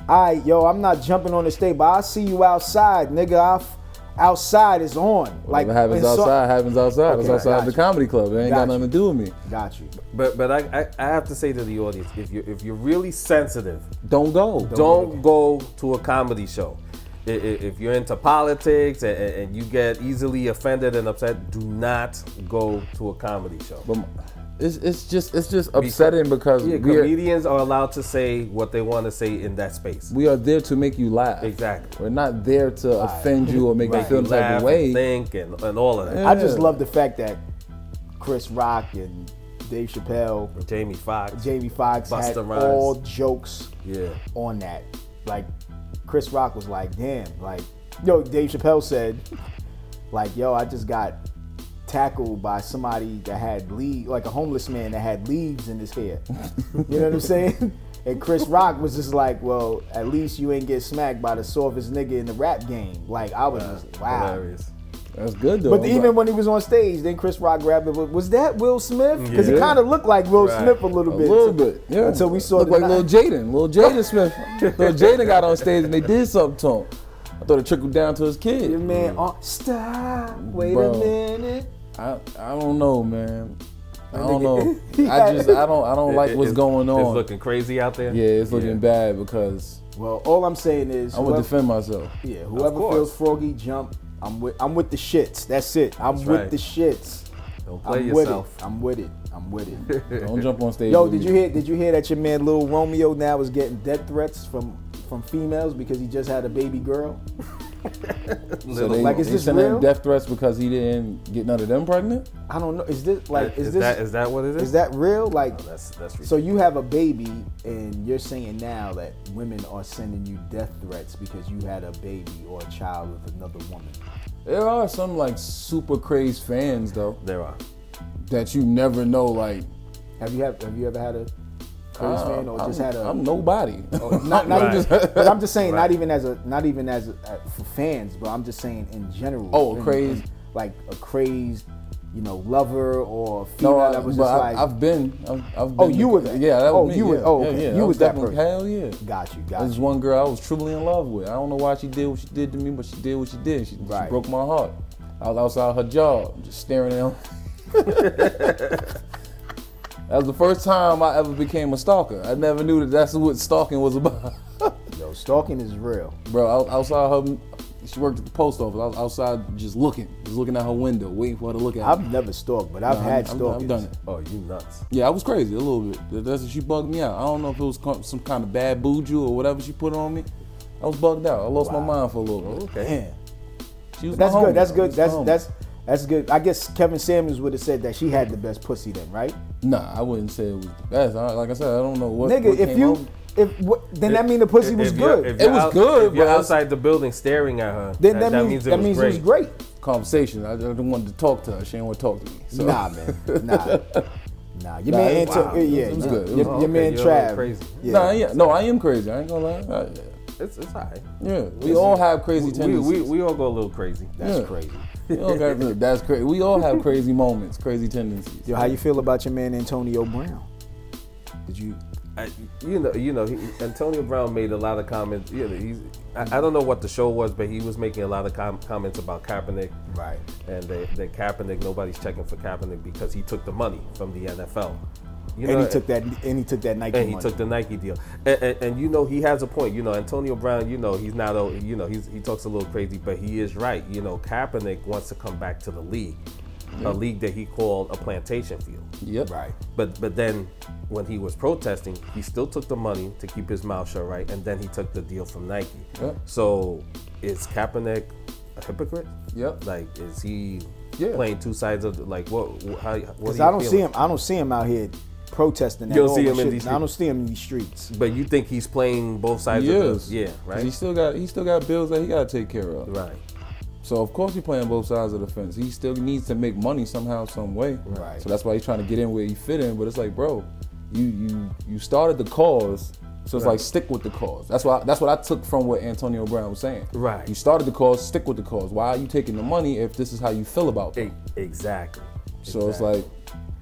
Speaker 1: I yo, I'm not jumping on the stage, but I see you outside, nigga. I f- outside is on.
Speaker 2: Like
Speaker 1: like
Speaker 2: happens
Speaker 1: insult-
Speaker 2: outside, happens outside. it's
Speaker 1: Okay,
Speaker 2: outside
Speaker 1: got
Speaker 2: the
Speaker 1: you.
Speaker 2: comedy club. It ain't
Speaker 1: Got
Speaker 2: got,
Speaker 1: you.
Speaker 2: nothing to do with me.
Speaker 1: Got you.
Speaker 3: But but I, I I have to say to the audience, if you if you're really sensitive,
Speaker 2: Don't go.
Speaker 3: don't go to a comedy show. I- i- If you're into politics and- and and you get easily offended and upset, do not go to a comedy show.
Speaker 2: But m- it's, it's just it's just upsetting because
Speaker 3: Yeah,
Speaker 2: we, are,
Speaker 3: comedians are allowed to say what they want to say in that space.
Speaker 2: we are there to make you laugh.
Speaker 3: Exactly.
Speaker 2: We're not there to offend you or make you
Speaker 3: Make you
Speaker 2: feel some type
Speaker 3: laugh
Speaker 2: of
Speaker 3: and
Speaker 2: way.
Speaker 3: think and, and all of that.
Speaker 1: I just
Speaker 2: Yeah.
Speaker 1: love the fact that Chris Rock and Dave Chappelle,
Speaker 3: Jamie Foxx.
Speaker 1: Jamie Foxx had
Speaker 3: Busta Rhymes.
Speaker 1: all jokes
Speaker 3: Yeah.
Speaker 1: on that. Like Chris Rock was like, "Damn!" Like yo, Dave Chappelle said, "Like yo, I just got tackled by somebody that had leaves, like a homeless man that had leaves in his hair." you know what I'm saying? And Chris Rock was just like, "Well, at least you ain't get smacked by the softest nigga in the rap game." Like I was just
Speaker 2: Ah.
Speaker 1: wow.
Speaker 3: Hilarious.
Speaker 2: That's good though.
Speaker 1: But
Speaker 2: I'm
Speaker 1: even
Speaker 2: like-
Speaker 1: when he was on stage, then Chris Rock grabbed it. Was that Will Smith? Because he
Speaker 2: Yeah.
Speaker 1: kind of looked like Will
Speaker 3: Right.
Speaker 1: Smith a little
Speaker 2: a
Speaker 1: bit.
Speaker 2: little bit, yeah.
Speaker 1: Until we saw
Speaker 2: look
Speaker 1: the
Speaker 2: like
Speaker 1: knife.
Speaker 2: little Jaden, little Jaden Smith, little Jaden got on stage and they did something to him. I thought it trickled down to his kid.
Speaker 1: Your man, uh, stop. Wait a
Speaker 2: Bro.
Speaker 1: minute.
Speaker 2: I, I don't know, man. I don't know.
Speaker 1: He
Speaker 2: I
Speaker 1: had-
Speaker 2: just I don't I don't like
Speaker 3: It-
Speaker 2: what's
Speaker 3: it's-
Speaker 2: going on.
Speaker 3: It's looking crazy out there.
Speaker 2: yeah, it's looking
Speaker 3: Yeah.
Speaker 2: bad because
Speaker 1: Well, all I'm saying is,
Speaker 2: I would
Speaker 1: whoever,
Speaker 2: defend myself.
Speaker 1: yeah, whoever
Speaker 3: course.
Speaker 1: feels froggy, jump. I'm with. I'm with the shits. That's it. I'm
Speaker 3: That's
Speaker 1: with
Speaker 3: right.
Speaker 1: the shits.
Speaker 3: Don't play
Speaker 1: I'm
Speaker 3: yourself.
Speaker 1: With it. I'm with it. I'm with it.
Speaker 2: Don't jump on stage.
Speaker 1: Yo,
Speaker 2: with
Speaker 1: did
Speaker 2: me.
Speaker 1: you hear? Did you hear that your man Lil Romeo now is getting death threats from from females because he just had a baby girl.
Speaker 2: So
Speaker 1: Like,
Speaker 2: they, like,
Speaker 1: is
Speaker 2: they
Speaker 1: this
Speaker 2: sending him
Speaker 1: real?
Speaker 2: death threats because he didn't get none of them pregnant?
Speaker 1: I don't know. Is this like is,
Speaker 3: is
Speaker 1: this
Speaker 3: that is that what it is?
Speaker 1: is that real? Like
Speaker 3: No, that's that's
Speaker 1: so you have a baby and you're saying now that women are sending you death threats because you had a baby or a child with another woman.
Speaker 2: There are some like super crazed fans though
Speaker 3: there are.
Speaker 2: that you never know. Like,
Speaker 1: Have you have have you ever had a crazy
Speaker 2: uh,
Speaker 1: fan or just
Speaker 2: I'm,
Speaker 1: had a Oh,
Speaker 2: I'm nobody.
Speaker 1: not, not
Speaker 3: Right.
Speaker 1: even, but I'm just saying,
Speaker 3: Right.
Speaker 1: not even as a, not even as a, uh, for fans, but I'm just saying in general.
Speaker 2: Oh,
Speaker 1: in-
Speaker 2: crazed.
Speaker 1: in- like a crazed, you know, lover or a female
Speaker 2: No, I,
Speaker 1: that was
Speaker 2: but
Speaker 1: just
Speaker 2: I,
Speaker 1: like,
Speaker 2: have been. I've, I've been.
Speaker 1: Oh, you were that.
Speaker 2: Yeah, that
Speaker 1: Oh,
Speaker 2: was me.
Speaker 1: you
Speaker 2: yeah.
Speaker 1: were- oh,
Speaker 2: yeah,
Speaker 1: okay.
Speaker 2: yeah.
Speaker 1: You
Speaker 2: I
Speaker 1: was that
Speaker 2: definitely-
Speaker 1: person.
Speaker 2: Hell yeah.
Speaker 1: got you, got
Speaker 2: There's
Speaker 1: you.
Speaker 2: one girl I was truly in love with. I don't know why she did what she did to me, but she did what she did. She, she
Speaker 1: Right.
Speaker 2: broke my heart. I was outside her job, just staring at him. that was the first time I ever became a stalker. I never knew that that's what stalking was about.
Speaker 1: Yo, stalking is real.
Speaker 2: Bro, out- outside her, she worked at the post office. I was outside just looking, just looking at her window, waiting for her to look at me.
Speaker 1: I've never stalked, but I've
Speaker 2: Nah,
Speaker 1: had
Speaker 2: I'm- I'm-
Speaker 1: stalking.
Speaker 2: I've done it.
Speaker 3: Oh, you nuts.
Speaker 2: Yeah, I was crazy a little bit. That- That's she bugged me out. I don't know if it was co- some kind of bad buju or whatever she put on me. I was bugged out. I lost my mind for a little bit.
Speaker 3: Okay.
Speaker 2: Damn. She was
Speaker 1: That's
Speaker 2: my
Speaker 1: good.
Speaker 2: homie,
Speaker 1: That's
Speaker 2: though.
Speaker 1: good.
Speaker 2: She was
Speaker 1: That's
Speaker 2: my
Speaker 1: that's that's good. I guess Kevin Samuels would have said that she had the best pussy then, right?
Speaker 2: homie. Nah, I wouldn't say it was the best. I, like I said, I don't know what.
Speaker 1: Nigga,
Speaker 2: what
Speaker 1: if
Speaker 2: came
Speaker 1: you
Speaker 2: over.
Speaker 1: if what, then that mean the pussy was
Speaker 3: If you're-
Speaker 1: good.
Speaker 3: if
Speaker 2: It
Speaker 3: you're
Speaker 2: was good,
Speaker 3: If you're
Speaker 2: but I-
Speaker 3: outside the building staring at her,
Speaker 1: then
Speaker 3: that,
Speaker 1: that, means, that means it was great.
Speaker 2: conversation, I just wanted to talk to her. She didn't want to talk to me. So.
Speaker 1: Nah, man. Nah. Nah, your
Speaker 2: Nah,
Speaker 1: man
Speaker 2: it-
Speaker 1: Anto-
Speaker 2: wow.
Speaker 1: yeah, yeah,
Speaker 2: It was
Speaker 1: nah.
Speaker 2: good. It
Speaker 1: Your,
Speaker 2: was-
Speaker 1: your
Speaker 3: okay,
Speaker 1: man
Speaker 3: you're a little
Speaker 1: Trav,
Speaker 3: crazy.
Speaker 1: yeah,
Speaker 2: Nah, yeah, no, I am crazy. I ain't gonna lie. I-
Speaker 3: It's it's alright.
Speaker 2: yeah, we all have crazy
Speaker 3: We, we,
Speaker 2: tendencies.
Speaker 3: we, we all go a little crazy.
Speaker 1: that's
Speaker 2: yeah.
Speaker 1: crazy.
Speaker 2: We all got- look, that's crazy. We all have crazy moments, crazy tendencies.
Speaker 1: Yo, how you feel about your man Antonio Brown? Did you?
Speaker 3: I, you know, you know, he, Antonio Brown made a lot of comments. You know, he's, I, I don't know what the show was, but he was making a lot of com- comments about Kaepernick.
Speaker 1: Right.
Speaker 3: And they, that Kaepernick, nobody's checking for Kaepernick because he took the money from the NFL. You
Speaker 1: and he took that. And he took that Nike.
Speaker 3: and he
Speaker 1: money.
Speaker 3: took the Nike deal. And, and, and you know he has a point. You know Antonio Brown. You know he's not. a- You know he's, he talks a little crazy, but he is right. You know Kaepernick wants to come back to the league, a league that he called a plantation field.
Speaker 2: Yep.
Speaker 1: right.
Speaker 3: But but then when he was protesting, he still took the money to keep his mouth shut, right? And then he took the deal from Nike.
Speaker 2: Yep.
Speaker 3: So is Kaepernick a hypocrite?
Speaker 2: Yep.
Speaker 3: Like is he
Speaker 2: Yeah.
Speaker 3: playing two sides of the, like what? wh- How? Because
Speaker 1: Because I don't see him. I don't see him out here protesting. at
Speaker 3: You don't
Speaker 1: all
Speaker 3: see
Speaker 1: and
Speaker 3: him in
Speaker 1: shit.
Speaker 3: these
Speaker 1: I don't see him in these streets.
Speaker 3: But you think he's playing both sides
Speaker 2: He
Speaker 3: of
Speaker 2: is.
Speaker 3: the yeah,
Speaker 2: 'Cause
Speaker 3: right?
Speaker 2: He still got he still got bills that he gotta take care of.
Speaker 3: Right.
Speaker 2: So of course he's playing both sides of the fence. He still needs to make money somehow, some way.
Speaker 1: Right.
Speaker 2: So that's why he's trying to get in where he fit in. But it's like, bro, you you you started the cause, so it's like stick with the cause. That's why that's what I took from what Antonio Brown was saying.
Speaker 3: Right.
Speaker 2: You started the cause, stick with the cause. Why are you taking the money if this is how you feel about it?
Speaker 3: E- Exactly.
Speaker 2: So
Speaker 3: Exactly.
Speaker 2: it's like,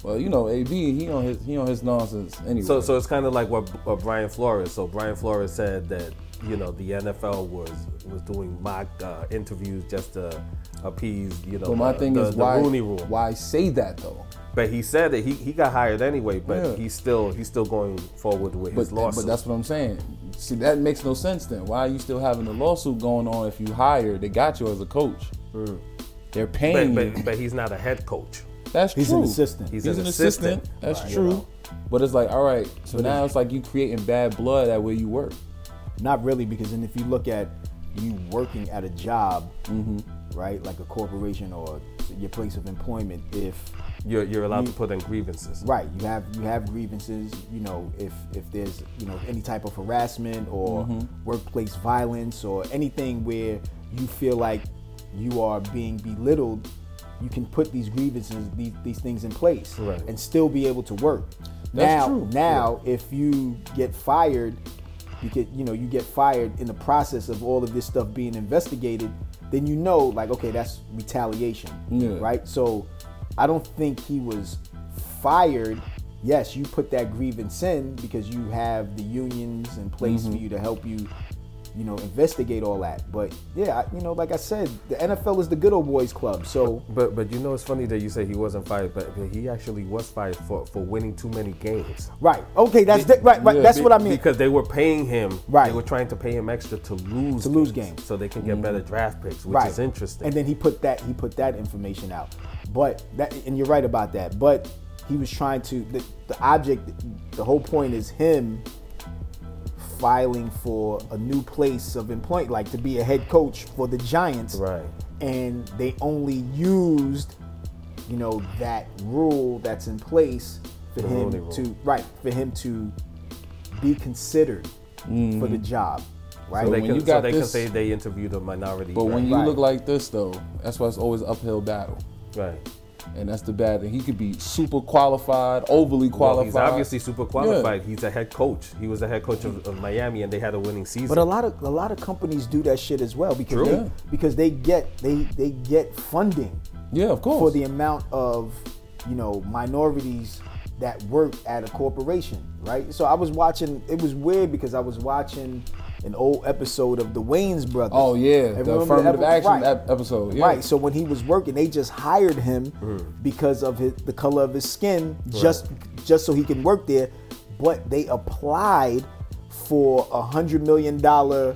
Speaker 2: well, you know, AB he on his he on his nonsense anyway.
Speaker 3: So so it's kind of like what, what Brian Flores. So Brian Flores said that you know the NFL was was doing mock uh, interviews just to appease you know
Speaker 2: but my
Speaker 3: the,
Speaker 2: thing
Speaker 3: the-
Speaker 2: is
Speaker 3: the
Speaker 2: why
Speaker 3: Rooney Rule.
Speaker 2: why say that though?
Speaker 3: But he said that he, he got hired anyway. But
Speaker 2: Yeah.
Speaker 3: he's still he's still going forward with
Speaker 2: But,
Speaker 3: his lawsuit.
Speaker 2: but that's what I'm saying. See, that makes no sense then. Why are you still having a lawsuit going on if you hired? They got you as a coach. They're
Speaker 3: but,
Speaker 2: paying
Speaker 3: but,
Speaker 2: you.
Speaker 3: but he's not a head coach.
Speaker 2: That's
Speaker 1: He's
Speaker 2: true.
Speaker 1: an assistant.
Speaker 3: He's
Speaker 2: He's,
Speaker 3: an
Speaker 2: an,
Speaker 3: assistant.
Speaker 2: assistant. That's
Speaker 3: Right.
Speaker 2: true. But it's like, all right. So now it's like you creating bad blood at where you work.
Speaker 1: Not really, because then if you look at you working at a job,
Speaker 2: Mm-hmm.
Speaker 1: right, like a corporation or your place of employment, if
Speaker 3: You're you're allowed
Speaker 2: Mm.
Speaker 3: to put in grievances.
Speaker 1: Right. You have you have grievances. You know, if if there's you know any type of harassment or
Speaker 2: Mm-hmm.
Speaker 1: workplace violence or anything where you feel like you are being belittled, you can put these grievances these these things in place
Speaker 3: Right.
Speaker 1: and still be able to work.
Speaker 2: That's
Speaker 1: now
Speaker 2: true.
Speaker 1: now if you get fired, you get you know you get fired in the process of all of this stuff being investigated. Then you know, like, okay, that's retaliation,
Speaker 2: Yeah.
Speaker 1: right? right? So I don't think he was fired. Yes, you put that grievance in because you have the unions in place for
Speaker 2: Mm-hmm.
Speaker 1: you to help you, you know, investigate all that. But yeah, I- you know, like I said, the NFL is the good old boys club. So
Speaker 3: But but you know it's funny that you say he wasn't fired, but, but he actually was fired for, for winning too many games.
Speaker 1: right, okay, that's di- right, right.
Speaker 2: yeah,
Speaker 1: that's
Speaker 2: be-
Speaker 1: what I mean.
Speaker 3: Because they were paying him,
Speaker 1: Right.
Speaker 3: They were trying to pay him extra to lose
Speaker 1: To lose games.
Speaker 3: so they can
Speaker 2: Mm-hmm.
Speaker 3: get better draft picks, which
Speaker 1: right.
Speaker 3: is interesting.
Speaker 1: And then he put that he put that information out. But that and you're right about that. But he was trying to the, the object the whole point is him filing for a new place of employment, like to be a head coach for the Giants.
Speaker 3: Right.
Speaker 1: And they only used, you know, that rule that's in place for
Speaker 3: Rooney
Speaker 1: him
Speaker 3: Rule.
Speaker 1: to right for him to be considered for the job. Right.
Speaker 3: Mm-hmm. So they,
Speaker 2: when
Speaker 3: can,
Speaker 2: you
Speaker 3: so
Speaker 2: got
Speaker 3: they can
Speaker 2: this-
Speaker 3: say they interviewed a minority.
Speaker 2: But
Speaker 3: right.
Speaker 2: when you
Speaker 1: Right.
Speaker 2: look like this, though, that's why it's always an uphill battle.
Speaker 3: right.
Speaker 2: And that's the bad thing. He could be super qualified, overly qualified.
Speaker 3: Well, he's obviously super qualified. He's a head coach. He was the head coach of, of Miami, and they had a winning season.
Speaker 1: But a lot of a lot of companies do that shit as well because
Speaker 3: True.
Speaker 1: they,
Speaker 2: Yeah.
Speaker 1: because they get they they get funding
Speaker 2: Yeah, of course.
Speaker 1: for the amount of you know minorities that work at a corporation, right? So I was watching. It was weird because I was watching an old episode of the Wayne's Brothers.
Speaker 2: oh, yeah.
Speaker 1: And
Speaker 2: The
Speaker 1: remember
Speaker 2: affirmative
Speaker 1: epi-
Speaker 2: action
Speaker 1: right.
Speaker 2: ep- episode. Yeah.
Speaker 1: Right. So when he was working, they just hired him because of his, the color of his skin, just just so he can work there. But they applied for a hundred million dollar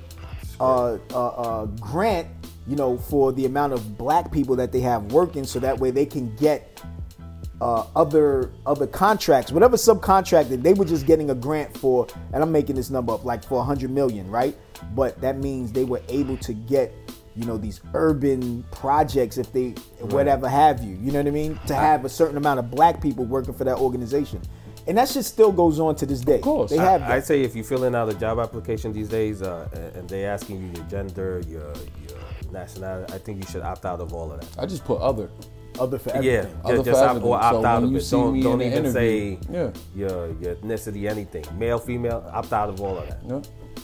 Speaker 1: uh, uh, uh, grant, you know, for the amount of black people that they have working, so that way they can get uh, other other contracts, whatever subcontracted, they were just getting a grant for, and I'm making this number up, like for 100 million, right? But that means they were able to get, you know, these urban projects if they, whatever have you, you know what I mean? To have a certain amount of black people working for that organization, and that shit still goes on to this day. Of
Speaker 2: course.
Speaker 1: they
Speaker 2: I-
Speaker 1: have that.
Speaker 3: I, would say if you're filling out a job application these days, uh, and- and they asking you your gender, your your nationality, I think you should opt out of all of that.
Speaker 2: I just put other.
Speaker 1: other for
Speaker 3: Yeah,
Speaker 1: everything.
Speaker 3: yeah
Speaker 2: Other
Speaker 3: just
Speaker 2: for
Speaker 3: opt, or
Speaker 2: everything.
Speaker 3: opt
Speaker 2: So
Speaker 3: out
Speaker 2: when
Speaker 3: of
Speaker 2: you
Speaker 3: it.
Speaker 2: see
Speaker 3: Don't
Speaker 2: me
Speaker 3: don't
Speaker 2: in an
Speaker 3: even say
Speaker 2: interview- Yeah.
Speaker 3: your your ethnicity, anything, male, female, opt out of all of that.
Speaker 2: Yeah.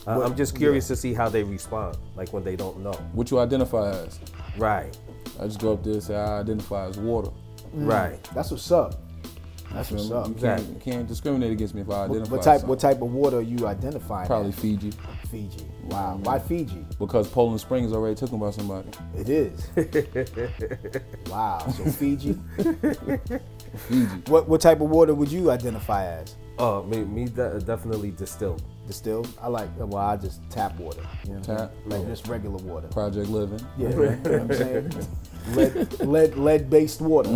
Speaker 3: I- I'm just curious to see how they respond, like when they don't know.
Speaker 2: What you identify as.
Speaker 3: Right,
Speaker 2: I just go up there and say, I identify as water.
Speaker 3: right.
Speaker 1: That's what's up. That's what's up.
Speaker 2: You can't,
Speaker 3: Exactly.
Speaker 2: you can't discriminate against me if I identify
Speaker 1: What
Speaker 2: as
Speaker 1: type?
Speaker 2: something.
Speaker 1: What type of water are you identifying?
Speaker 2: Probably
Speaker 1: as?
Speaker 2: Fiji.
Speaker 1: Fiji. Wow. Why Fiji?
Speaker 2: Because Poland Springs already taken by somebody.
Speaker 1: It is. wow. So Fiji.
Speaker 2: Fiji.
Speaker 1: What what type of water would you identify as?
Speaker 3: Uh, me, me de- definitely distilled.
Speaker 1: Distilled? I like well, I just tap water. You know what I'm
Speaker 2: Tap.
Speaker 1: saying? Like just regular water.
Speaker 2: Project Living.
Speaker 1: Yeah, you know what I'm saying? lead lead lead based water.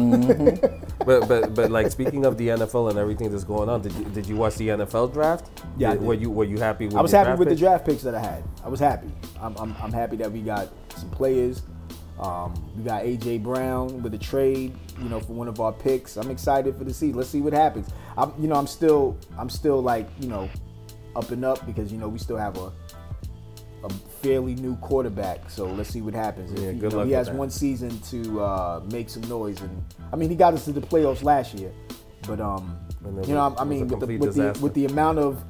Speaker 3: but but but like speaking of the NFL and everything that's going on, did you, did you watch the NFL draft?
Speaker 1: Yeah, I
Speaker 3: Did-
Speaker 1: did.
Speaker 3: Were you were you happy? With
Speaker 1: I was
Speaker 3: your
Speaker 1: happy with the
Speaker 3: pick?
Speaker 1: draft picks that I had. I was happy. I'm, I'm, I'm happy that we got some players. Um, we got AJ Brown with a trade, you know, for one of our picks. I'm excited for the season. Let's see what happens. I'm, you know, I'm still, I'm still like, you know, up and up because you know we still have a, a fairly new quarterback. So let's see what happens. If,
Speaker 3: Yeah,
Speaker 1: you
Speaker 3: good
Speaker 1: know,
Speaker 3: luck
Speaker 1: He
Speaker 3: with
Speaker 1: has
Speaker 3: that.
Speaker 1: one season to uh, make some noise, and I mean, he got us to the playoffs last year, but um,
Speaker 3: And it
Speaker 1: you know,
Speaker 3: was-
Speaker 1: I, I
Speaker 3: it was a
Speaker 1: mean, with the,
Speaker 3: complete
Speaker 1: with the
Speaker 3: disaster.
Speaker 1: with the amount of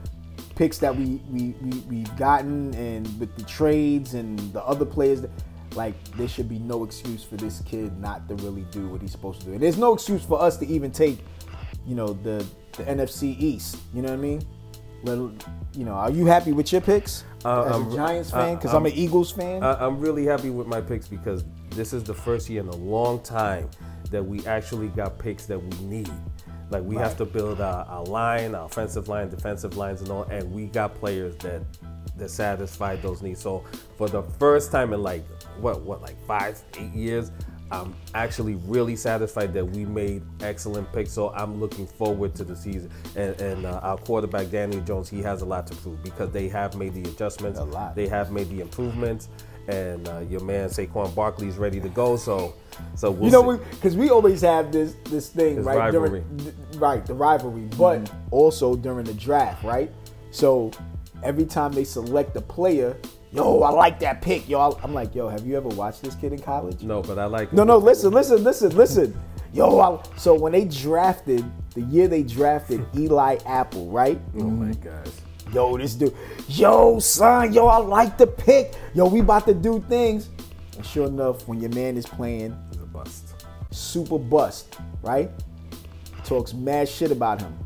Speaker 1: picks that we we we we've gotten, and with the trades and the other players, that- like there should be no excuse for this kid not to really do what he's supposed to do. And there's no excuse for us to even take, you know, the the NFC East. You know what I mean? Let, you know, are you happy with your picks
Speaker 3: Uh,
Speaker 1: as
Speaker 3: I'm-
Speaker 1: a Giants
Speaker 3: uh,
Speaker 1: fan? Because I'm an Eagles fan.
Speaker 3: I, I'm really happy with my picks because this is the first year in a long time that we actually got picks that we need. Like we have to build our, our line, our offensive line, defensive lines, and all, and we got players that that satisfy those needs. So for the first time in like what what like five eight years. I'm actually really satisfied that we made excellent picks, so I'm looking forward to the season. And, and uh, our quarterback Daniel Jones, he has a lot to prove because they have made the adjustments.
Speaker 1: A lot.
Speaker 3: They have made the improvements, and uh, your man Saquon Barkley is ready to go. So, so we'll
Speaker 1: you know,
Speaker 3: see.
Speaker 1: because we, always have this this thing,
Speaker 3: This
Speaker 1: right? during-
Speaker 3: rivalry. Mm-hmm.
Speaker 1: th- right, the rivalry, but also during the draft, right? So every time they select a player, yo, I like that pick, yo. I- I'm like, yo, have you ever watched this kid in college?
Speaker 3: no, but I like
Speaker 1: No, no, listen, listen, listen, listen. Yo, I, so when they drafted, the year they drafted Eli Apple, right?
Speaker 3: Oh my gosh,
Speaker 1: Yo, this dude, yo, son, yo, I like the pick. Yo, we about to do things. And sure enough, when your man is playing
Speaker 3: it's a bust.
Speaker 1: super bust, right? Talks mad shit about him.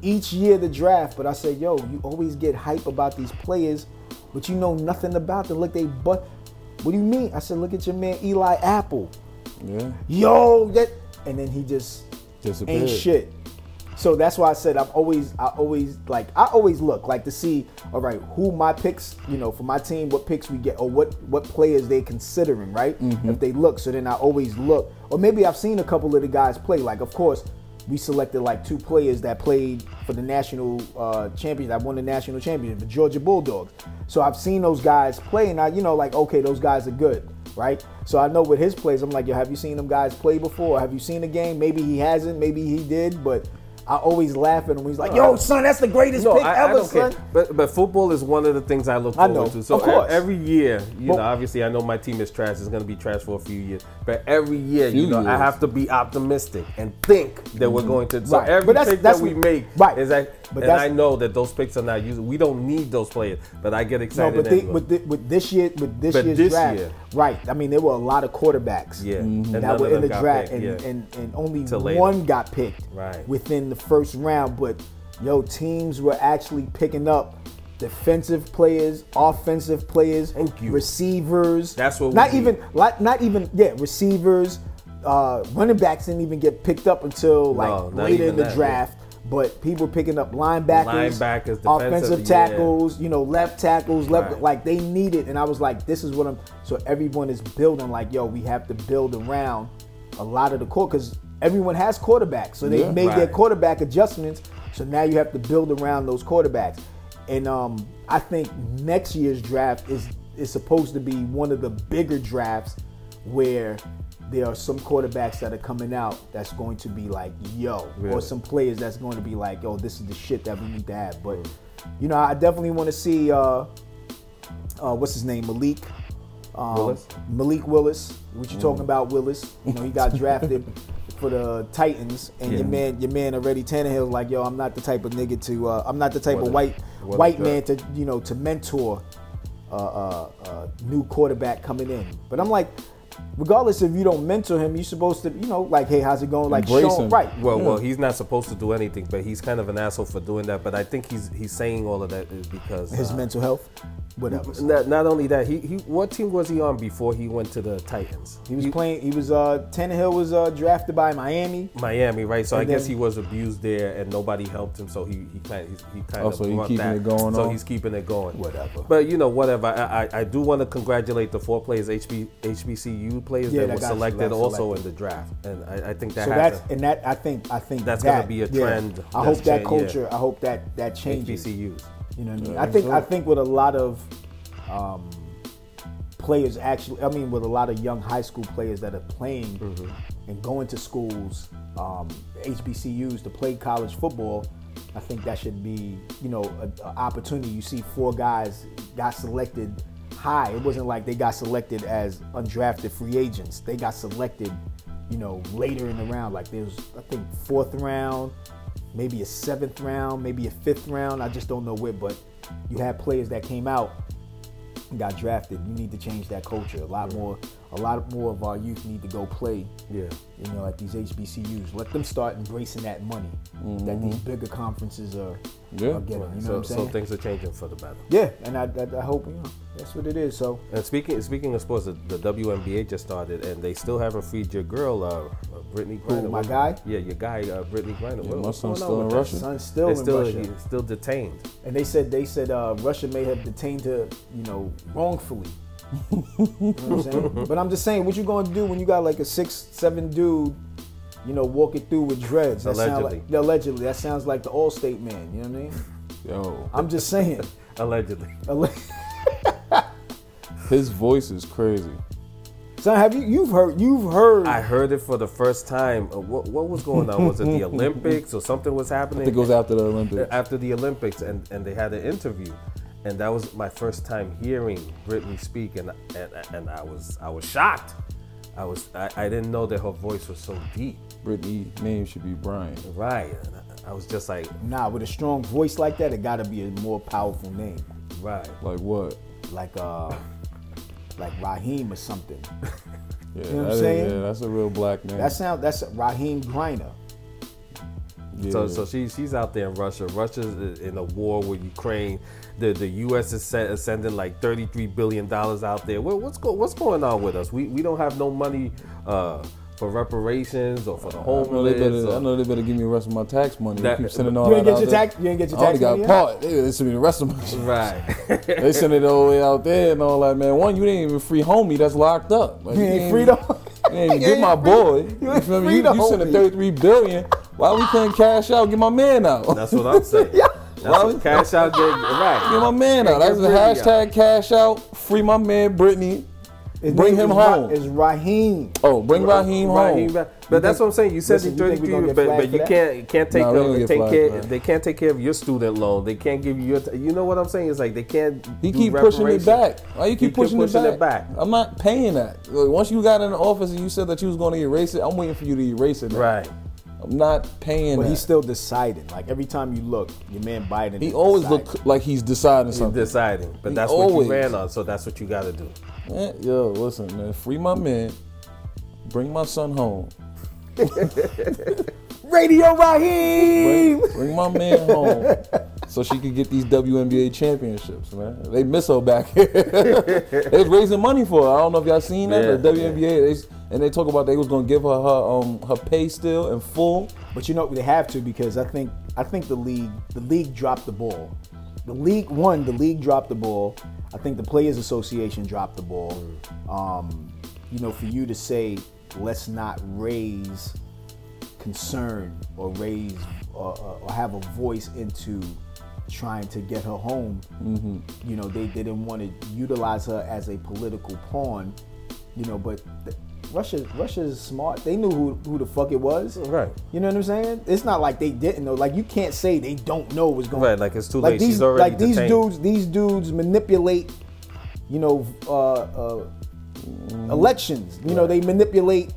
Speaker 1: Each year the draft, but I say, yo, you always get hype about these players, but you know nothing about them. Look, they but what do you mean? I said, look at your man Eli Apple.
Speaker 2: Yeah.
Speaker 1: Yo, that and then he just
Speaker 2: Disappeared.
Speaker 1: ain't shit. So that's why I said I'm always I always like I always look like to see all right who my picks you know for my team what picks we get or what what players they considering right if they look so then I always look or maybe I've seen a couple of the guys play like of course we selected like two players that played for the national uh, champions that won the national championship, the Georgia Bulldogs. So I've seen those guys play, and I, you know, like okay, those guys are good, right? So I know with his plays, I'm like, yo, have you seen them guys play before? Have you seen a game? Maybe he hasn't, maybe he did, but I always laugh at him. He's like, yo, son, that's the greatest
Speaker 3: No,
Speaker 1: pick
Speaker 3: I, I
Speaker 1: ever,
Speaker 3: don't
Speaker 1: son.
Speaker 3: care. But but football is one of the things I look
Speaker 1: I
Speaker 3: forward
Speaker 1: know.
Speaker 3: to. So
Speaker 1: Of course.
Speaker 3: e- every year, you
Speaker 1: But-
Speaker 3: know, obviously I know my team is trash. It's going to be trash for a few years. But every year, you
Speaker 2: Few
Speaker 3: know, I
Speaker 2: years.
Speaker 3: have to be optimistic and think that we're going to. So
Speaker 1: Right.
Speaker 3: every
Speaker 1: But that's-
Speaker 3: pick
Speaker 1: that's
Speaker 3: that we
Speaker 1: what-
Speaker 3: make
Speaker 1: right.
Speaker 3: is that.
Speaker 1: But
Speaker 3: and
Speaker 1: that's-
Speaker 3: I know that those picks are not used. We don't need those players, but I get
Speaker 1: No,
Speaker 3: excited.
Speaker 1: but they,
Speaker 3: anyway.
Speaker 1: with, thi- with this year, with this
Speaker 3: But
Speaker 1: year's
Speaker 3: this
Speaker 1: draft,
Speaker 3: year-
Speaker 1: right? I mean, there were a lot of quarterbacks Mm-hmm.
Speaker 3: Yeah. Mhm. And none
Speaker 1: that were
Speaker 3: of
Speaker 1: in the
Speaker 3: them got
Speaker 1: draft,
Speaker 3: picked,
Speaker 1: and,
Speaker 3: yeah.
Speaker 1: and and only
Speaker 3: Till later.
Speaker 1: one got picked
Speaker 3: Right.
Speaker 1: within the first round. But yo, teams were actually picking up defensive players, offensive players,
Speaker 3: Thank you.
Speaker 1: receivers.
Speaker 3: That's what we
Speaker 1: not
Speaker 3: need.
Speaker 1: even like, not even yeah receivers, uh, running backs didn't even get picked up until like
Speaker 3: No, not
Speaker 1: later in
Speaker 3: even
Speaker 1: the
Speaker 3: that, yeah.
Speaker 1: draft. But people picking up linebackers,
Speaker 3: Linebackers, defensive,
Speaker 1: offensive
Speaker 3: yeah.
Speaker 1: tackles tackles, you know, left tackles, left
Speaker 3: Right.
Speaker 1: like they need it. And I was like, this is what I'm. So everyone is building like, yo, we have to build around a lot of the core because everyone has quarterbacks, so they
Speaker 2: Yeah.
Speaker 1: made their
Speaker 3: Right.
Speaker 1: quarterback adjustments. So now you have to build around those quarterbacks. And um, I think next year's draft is is supposed to be one of the bigger drafts where there are some quarterbacks that are coming out that's going to be like, yo, or
Speaker 3: Really?
Speaker 1: some players that's going to be like, yo, this is the shit that we need to have. But
Speaker 3: Mm.
Speaker 1: you know, I definitely want to see uh, uh, what's his name, Malik. Um,
Speaker 3: Willis?
Speaker 1: Malik Willis. What you
Speaker 3: Mm.
Speaker 1: talking about, Willis? You know, he got drafted for the Titans, and your
Speaker 3: Yeah.
Speaker 1: man, your man already Tannehill's like, yo, I'm not the type of nigga to, uh, I'm not the type
Speaker 3: What
Speaker 1: of
Speaker 3: a-
Speaker 1: white
Speaker 3: what a
Speaker 1: white
Speaker 3: guy.
Speaker 1: man to, you know, to mentor a uh, uh, uh, new quarterback coming in. But I'm like. Regardless if you don't mentor him, you're supposed to, you know, like, hey, how's it going? Like,
Speaker 2: Embrace
Speaker 1: show
Speaker 2: him.
Speaker 1: right.
Speaker 3: Well, well, he's not supposed to do anything, but he's kind of an asshole for doing that. But I think he's he's saying all of that is because
Speaker 1: His
Speaker 3: uh,
Speaker 1: mental health, whatever.
Speaker 3: Not, not only that, he, he what team was he on before he went to the Titans?
Speaker 1: He was playing. He was. Uh, Tannehill was uh, drafted by Miami.
Speaker 3: Miami, right? So I
Speaker 1: And
Speaker 3: guess
Speaker 1: then-
Speaker 3: he was abused there, and nobody helped him. So he he kind he, he kind
Speaker 2: Oh,
Speaker 3: of
Speaker 2: so he
Speaker 3: brought
Speaker 2: keeping
Speaker 3: that.
Speaker 2: it going
Speaker 3: so
Speaker 2: on?
Speaker 3: he's keeping it going.
Speaker 1: Whatever.
Speaker 3: But you know, whatever. I I, I do want to congratulate the four players HB, HBCU players
Speaker 1: Yeah,
Speaker 3: that,
Speaker 1: that
Speaker 3: were
Speaker 1: got
Speaker 3: selected
Speaker 1: selected.
Speaker 3: also in the draft, and I, I think that
Speaker 1: so
Speaker 3: has
Speaker 1: that's and that I think I think
Speaker 3: That's
Speaker 1: that,
Speaker 3: gonna be a
Speaker 1: yeah.
Speaker 3: trend
Speaker 1: I
Speaker 3: that's
Speaker 1: hope that
Speaker 3: changing, yeah.
Speaker 1: culture. I hope that that changes.
Speaker 3: HBCUs.
Speaker 1: You know what I mean? I think I think with a lot of um, players actually, I mean, with a lot of young high school players that are playing and going to schools, um, HBCUs to play college football, I think that should be you know an opportunity. You see, four guys got selected high. It wasn't like they got selected as undrafted free agents. They got selected, you know, later in the round. Like there's, I think, fourth round maybe a seventh round, maybe a fifth round. I just don't know where, but you had players that came out and got drafted. You need to change that culture. A lot more, a lot more of our youth need to go play.
Speaker 3: Yeah.
Speaker 1: You know, at these HBCUs, let them start embracing that money that these bigger conferences are,
Speaker 2: Yeah.
Speaker 1: are getting. You know
Speaker 3: Mm-hmm. so,
Speaker 1: what I'm
Speaker 3: so
Speaker 1: saying?
Speaker 3: things are changing for the better.
Speaker 1: yeah, and I, I, I hope you know that's what it is. So
Speaker 3: And speaking speaking of sports, the, the WNBA just started, and they still haven't freed your girl, uh, uh, Brittany Griner.
Speaker 1: my
Speaker 3: What-
Speaker 1: guy?
Speaker 3: Yeah, your guy, uh, Brittany Griner.
Speaker 2: my
Speaker 3: what's
Speaker 2: son's
Speaker 3: going on
Speaker 2: still in
Speaker 3: with that?
Speaker 2: Russia.
Speaker 1: son's still
Speaker 3: They're
Speaker 1: in
Speaker 3: still
Speaker 1: Russia,
Speaker 3: he's still detained.
Speaker 1: and they said they said uh, Russia may have detained her, you know, wrongfully. You know what I'm saying? But I'm just saying, what you gonna do when you got like a six, seven dude, you know, walking through with dreads? That sound
Speaker 3: Allegedly.
Speaker 1: like, allegedly, that sounds like the Allstate man. You know what I mean?
Speaker 2: Yo,
Speaker 1: I'm just saying.
Speaker 3: Allegedly.
Speaker 1: Alle-
Speaker 2: his voice is crazy.
Speaker 1: Son, have you you've heard you've heard?
Speaker 3: I heard it for the first time. Uh, what, what was going on? Was it the Olympics or something was happening?
Speaker 2: I think it was after the Olympics.
Speaker 3: after the Olympics, and, and they had an interview, and that was my first time hearing Britney speak, and and, and I was I was shocked. I was I, I didn't know that her voice was so deep.
Speaker 2: Brittany name should be Brian.
Speaker 3: Right. And I- I was just like,
Speaker 1: nah, with a strong voice like that, it gotta be a more powerful name,
Speaker 3: right.
Speaker 2: Like what?
Speaker 1: like uh, like Raheem or something.
Speaker 2: Yeah,
Speaker 1: know what I'm
Speaker 2: that is-
Speaker 1: saying?
Speaker 2: yeah, that's a real black name.
Speaker 1: That sound that's Raheem Griner.
Speaker 2: yeah.
Speaker 3: So, so she, she's out there in Russia. Russia's in a war with Ukraine. The the U.S. is se- is sending like 33 billion dollars out there. What, what's go, what's going on with us? We we don't have no money uh, for reparations or for the
Speaker 2: I know, they
Speaker 3: homeless.
Speaker 2: better, I
Speaker 3: or-
Speaker 2: know they better give me the rest of my tax money.
Speaker 3: That-
Speaker 2: they keep sending all
Speaker 1: uh, You ain't
Speaker 2: that
Speaker 1: get
Speaker 2: out
Speaker 1: your
Speaker 2: there.
Speaker 1: tax. You ain't get your
Speaker 2: I
Speaker 1: tax.
Speaker 2: only got
Speaker 1: money yet?
Speaker 2: part. They, they send me the rest of my shit.
Speaker 3: Right.
Speaker 2: They send it all the way out there and all that, man. One, you didn't even free homie that's locked up. Like,
Speaker 1: You ain't free the-
Speaker 2: You ain't even
Speaker 1: You
Speaker 2: get my
Speaker 1: ain't free-
Speaker 2: boy.
Speaker 1: you ain't
Speaker 2: feel me?
Speaker 1: free the
Speaker 2: You, you sending
Speaker 1: homie.
Speaker 2: 33 billion. Why we couldn't cash out? Get my man out.
Speaker 3: That's what I'm saying. That's
Speaker 2: Why
Speaker 3: what
Speaker 2: we-
Speaker 3: cash out did right.
Speaker 2: Get my man out. That's the
Speaker 3: Get Britney
Speaker 2: hashtag cash out. Free my man Brittany.
Speaker 1: His
Speaker 2: Bring
Speaker 1: name
Speaker 2: him
Speaker 1: is Ra-
Speaker 2: home.
Speaker 1: is Raheem.
Speaker 2: Oh, bring Raheem
Speaker 3: Raheem
Speaker 2: home.
Speaker 3: back. But that's what I'm saying. You said
Speaker 1: Listen,
Speaker 3: in
Speaker 1: you think we
Speaker 3: 33,
Speaker 1: gonna
Speaker 3: but,
Speaker 1: get flagged
Speaker 3: but
Speaker 1: for
Speaker 3: you
Speaker 1: that?
Speaker 3: can't can't take
Speaker 2: Nah, we
Speaker 3: them
Speaker 2: gonna
Speaker 3: and
Speaker 2: get
Speaker 3: take
Speaker 2: flagged
Speaker 3: care.
Speaker 2: for that.
Speaker 3: They can't take care of your student loan. They can't give you your. T- you know what I'm saying? It's like they can't.
Speaker 2: He
Speaker 3: do
Speaker 2: keep pushing it
Speaker 3: reparations.
Speaker 2: back. Why you keep pushing,
Speaker 3: pushing
Speaker 2: it,
Speaker 3: it
Speaker 2: back?
Speaker 3: back.
Speaker 2: I'm not paying that. Like, once you got in the office and you said that you was going to erase it, I'm waiting for you to erase it. now.
Speaker 3: Right.
Speaker 2: I'm not paying
Speaker 1: But
Speaker 2: that.
Speaker 1: he's still deciding. Like every time you look, your man Biden.
Speaker 2: he
Speaker 1: is
Speaker 2: always
Speaker 1: deciding.
Speaker 2: look like he's deciding
Speaker 3: He's
Speaker 2: something.
Speaker 3: deciding, but
Speaker 2: He
Speaker 3: that's what
Speaker 2: always-
Speaker 3: you ran on. So that's what you got to do.
Speaker 2: Man, Eh, yo, listen, man. Free my man. Bring my son home.
Speaker 1: Radio Raheem.
Speaker 2: Bring my man home so she could get these WNBA championships, man. They miss her back here. they was raising money for her. I don't know if y'all seen that.
Speaker 3: Yeah,
Speaker 2: the WNBA, they s and they talk about they was gonna give her her um her pay still in full.
Speaker 1: But you know they have to because I think I think the league the league dropped the ball. The league one, the league dropped the ball. I think the players association dropped the ball.
Speaker 2: Mm.
Speaker 1: Um, you know, for you to say let's not raise concern or raise or, or or have a voice into trying to get her home.
Speaker 3: Mm-hmm.
Speaker 1: You know, they, they didn't want to utilize her as a political pawn. You know, but the, Russia Russia's smart. They knew who, who the fuck it was.
Speaker 3: Right.
Speaker 1: You know what I'm saying? It's not like they didn't know. Like you can't say they don't know what's going.
Speaker 3: Right, like, it's too
Speaker 1: Like
Speaker 3: late.
Speaker 1: these,
Speaker 3: She's already
Speaker 1: like these
Speaker 3: detained.
Speaker 1: dudes. These dudes manipulate. You know, uh, uh, elections. You know, they manipulate.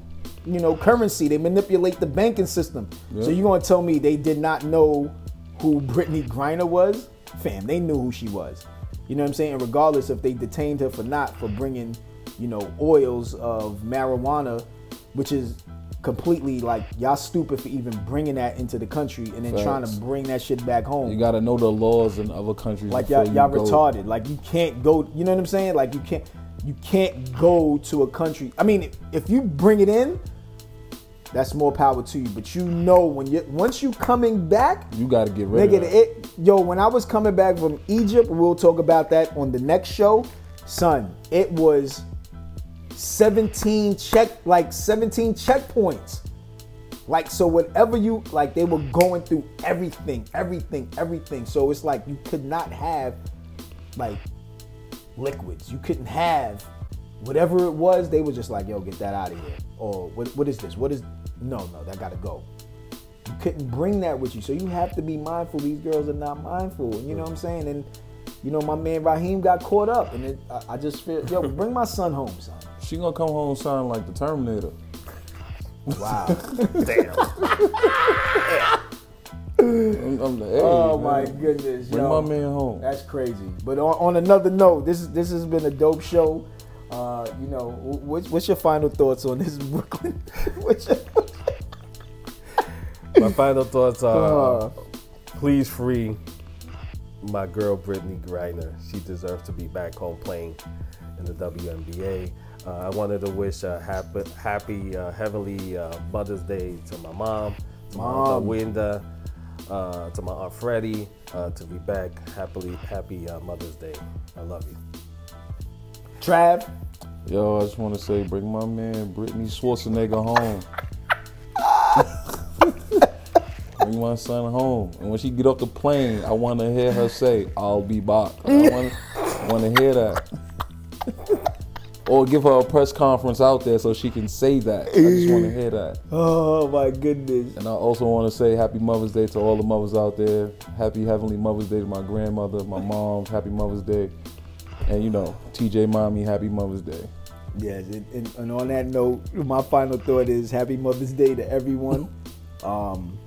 Speaker 1: You know, currency. They manipulate the banking system. So you gonna tell me they did not know who Brittany Griner was? Fam, they knew who she was. You know what I'm saying? And regardless if they detained her for not for bringing, you know, oils of marijuana, which is completely like y'all stupid for even bringing that into the country and then trying
Speaker 2: Facts.
Speaker 1: to bring that shit back home.
Speaker 2: You gotta know the laws in other countries.
Speaker 1: Like
Speaker 2: before
Speaker 1: y'all,
Speaker 2: you
Speaker 1: y'all
Speaker 2: go.
Speaker 1: retarded. Like you can't go. You know what I'm saying? Like you can't, you can't go to a country. I mean, if you bring it in, that's more power to you. But you know when you once you coming back,
Speaker 2: You gotta get rid
Speaker 1: nigga,
Speaker 2: of that.
Speaker 1: it. Yo, when I was coming back from Egypt, we'll talk about that on the next show. Son, it was 17 check, like 17 checkpoints. Like so, whatever you like, they were going through everything, everything, everything. So it's like you could not have like liquids. You couldn't have whatever it was. They were just like, "Yo, get that out of here." Or what, what is this? What is? No, no, that gotta go. You couldn't bring that with you, so you have to be mindful. These girls are not mindful. You know what I'm saying? And you know, my man Raheem got caught up, and it, I, I just feel, yo, bring my son home, son.
Speaker 2: She gonna come home sounding like the Terminator.
Speaker 1: Wow.
Speaker 2: I'm- I'm like, hey,
Speaker 1: oh my
Speaker 2: man,
Speaker 1: goodness,
Speaker 2: Bring
Speaker 1: yo.
Speaker 2: my man home.
Speaker 1: That's crazy. But on, on another note, this is this has been a dope show. Uh, you know, wh- what's, what's your final thoughts on this Brooklyn? what's your,
Speaker 3: My final thoughts are:
Speaker 1: uh,
Speaker 3: please free my girl Brittany Griner. She deserves to be back home playing in the WNBA. Uh, I wanted to wish a happy, happy uh, heavenly uh, Mother's Day to my mom, to my
Speaker 1: Mom.
Speaker 3: aunt Winda, uh, to my aunt Freddie, uh, to be back happily, happy uh, Mother's Day. I love you.
Speaker 1: Trav,
Speaker 2: Yo, I just wanna say, bring my man Brittany Schwarzenegger home. bring my son home. And when she get off the plane, I wanna hear her say, I'll be back. Like, I wanna, I wanna hear that. Or give her a press conference out there so she can say that. I just wanna hear that.
Speaker 1: oh my goodness.
Speaker 2: And I also want to say Happy Mother's Day to all the mothers out there. Happy Heavenly Mother's Day to my grandmother, my mom. Happy Mother's Day, and you know, TJ, mommy, Happy Mother's Day.
Speaker 1: Yes, and, and, and on that note, my final thought is Happy Mother's Day to everyone. Um,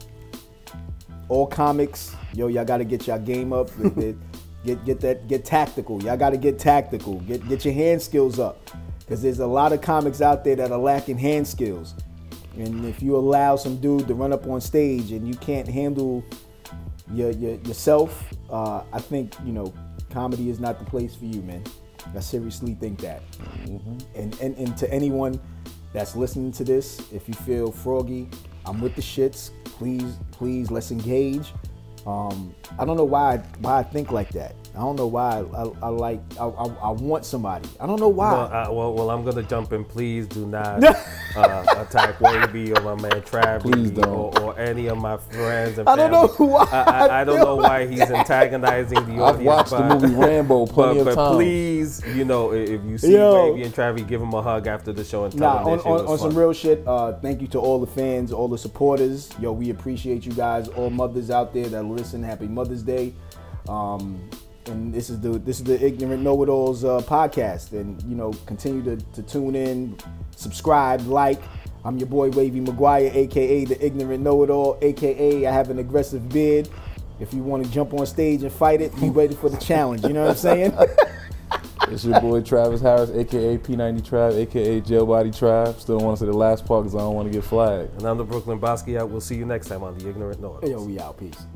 Speaker 1: all comics, yo, y'all got to get y'all game up. Get- get, get get that get tactical. Y'all got to get tactical. Get get your hand skills up, because there's a lot of comics out there that are lacking hand skills. And if you allow some dude to run up on stage and you can't handle your, your yourself, uh, I think you know comedy is not the place for you, man. I seriously think that. And, and and to anyone that's listening to this, if you feel froggy, I'm with the shits. Please, please, let's engage. Um, I don't know why I, why I think like that. I don't know why I, I, I like I, I, I want somebody. I don't know why.
Speaker 3: Well, uh, well, well, I'm gonna jump in. Please do not uh, attack Wannabe or my man
Speaker 2: Please
Speaker 3: Travis
Speaker 2: don't.
Speaker 3: or, or any of my friends and
Speaker 1: I don't know
Speaker 3: family.
Speaker 1: why
Speaker 3: I, I, I don't
Speaker 1: feel
Speaker 3: know why he's antagonizing the audience.
Speaker 2: I've watched the
Speaker 3: by-
Speaker 2: movie Rambo plenty
Speaker 3: But,
Speaker 2: of
Speaker 3: but
Speaker 2: times.
Speaker 3: please, you know, i- if you see
Speaker 1: Yo.
Speaker 3: Wavy and Travi, give him a hug after the show and tell
Speaker 1: Nah,
Speaker 3: him
Speaker 1: on,
Speaker 3: that
Speaker 1: on,
Speaker 3: shit
Speaker 1: on
Speaker 3: was
Speaker 1: some
Speaker 3: fun.
Speaker 1: real shit, uh, thank you to all the fans, all the supporters. Yo, we appreciate you guys, all mothers out there that listen. Happy Mother's Day. Um, and this is the this is the ignorant know-it-alls uh, podcast. And you know, continue to, to tune in, subscribe, like. I'm your boy Wavy McGuire, aka the ignorant know-it-all, aka I have an aggressive beard. If you want to jump on stage and fight it, be ready for the challenge. You know what I'm saying?
Speaker 2: It's your boy Travis Harris, aka P90 Tribe, aka Jailbody Tribe. Still want to say the last part because I don't want to get flagged.
Speaker 3: And I'm the Brooklyn Basquiat. We'll see you next time on The Ignorant Noise.
Speaker 1: Yo, we out. Peace.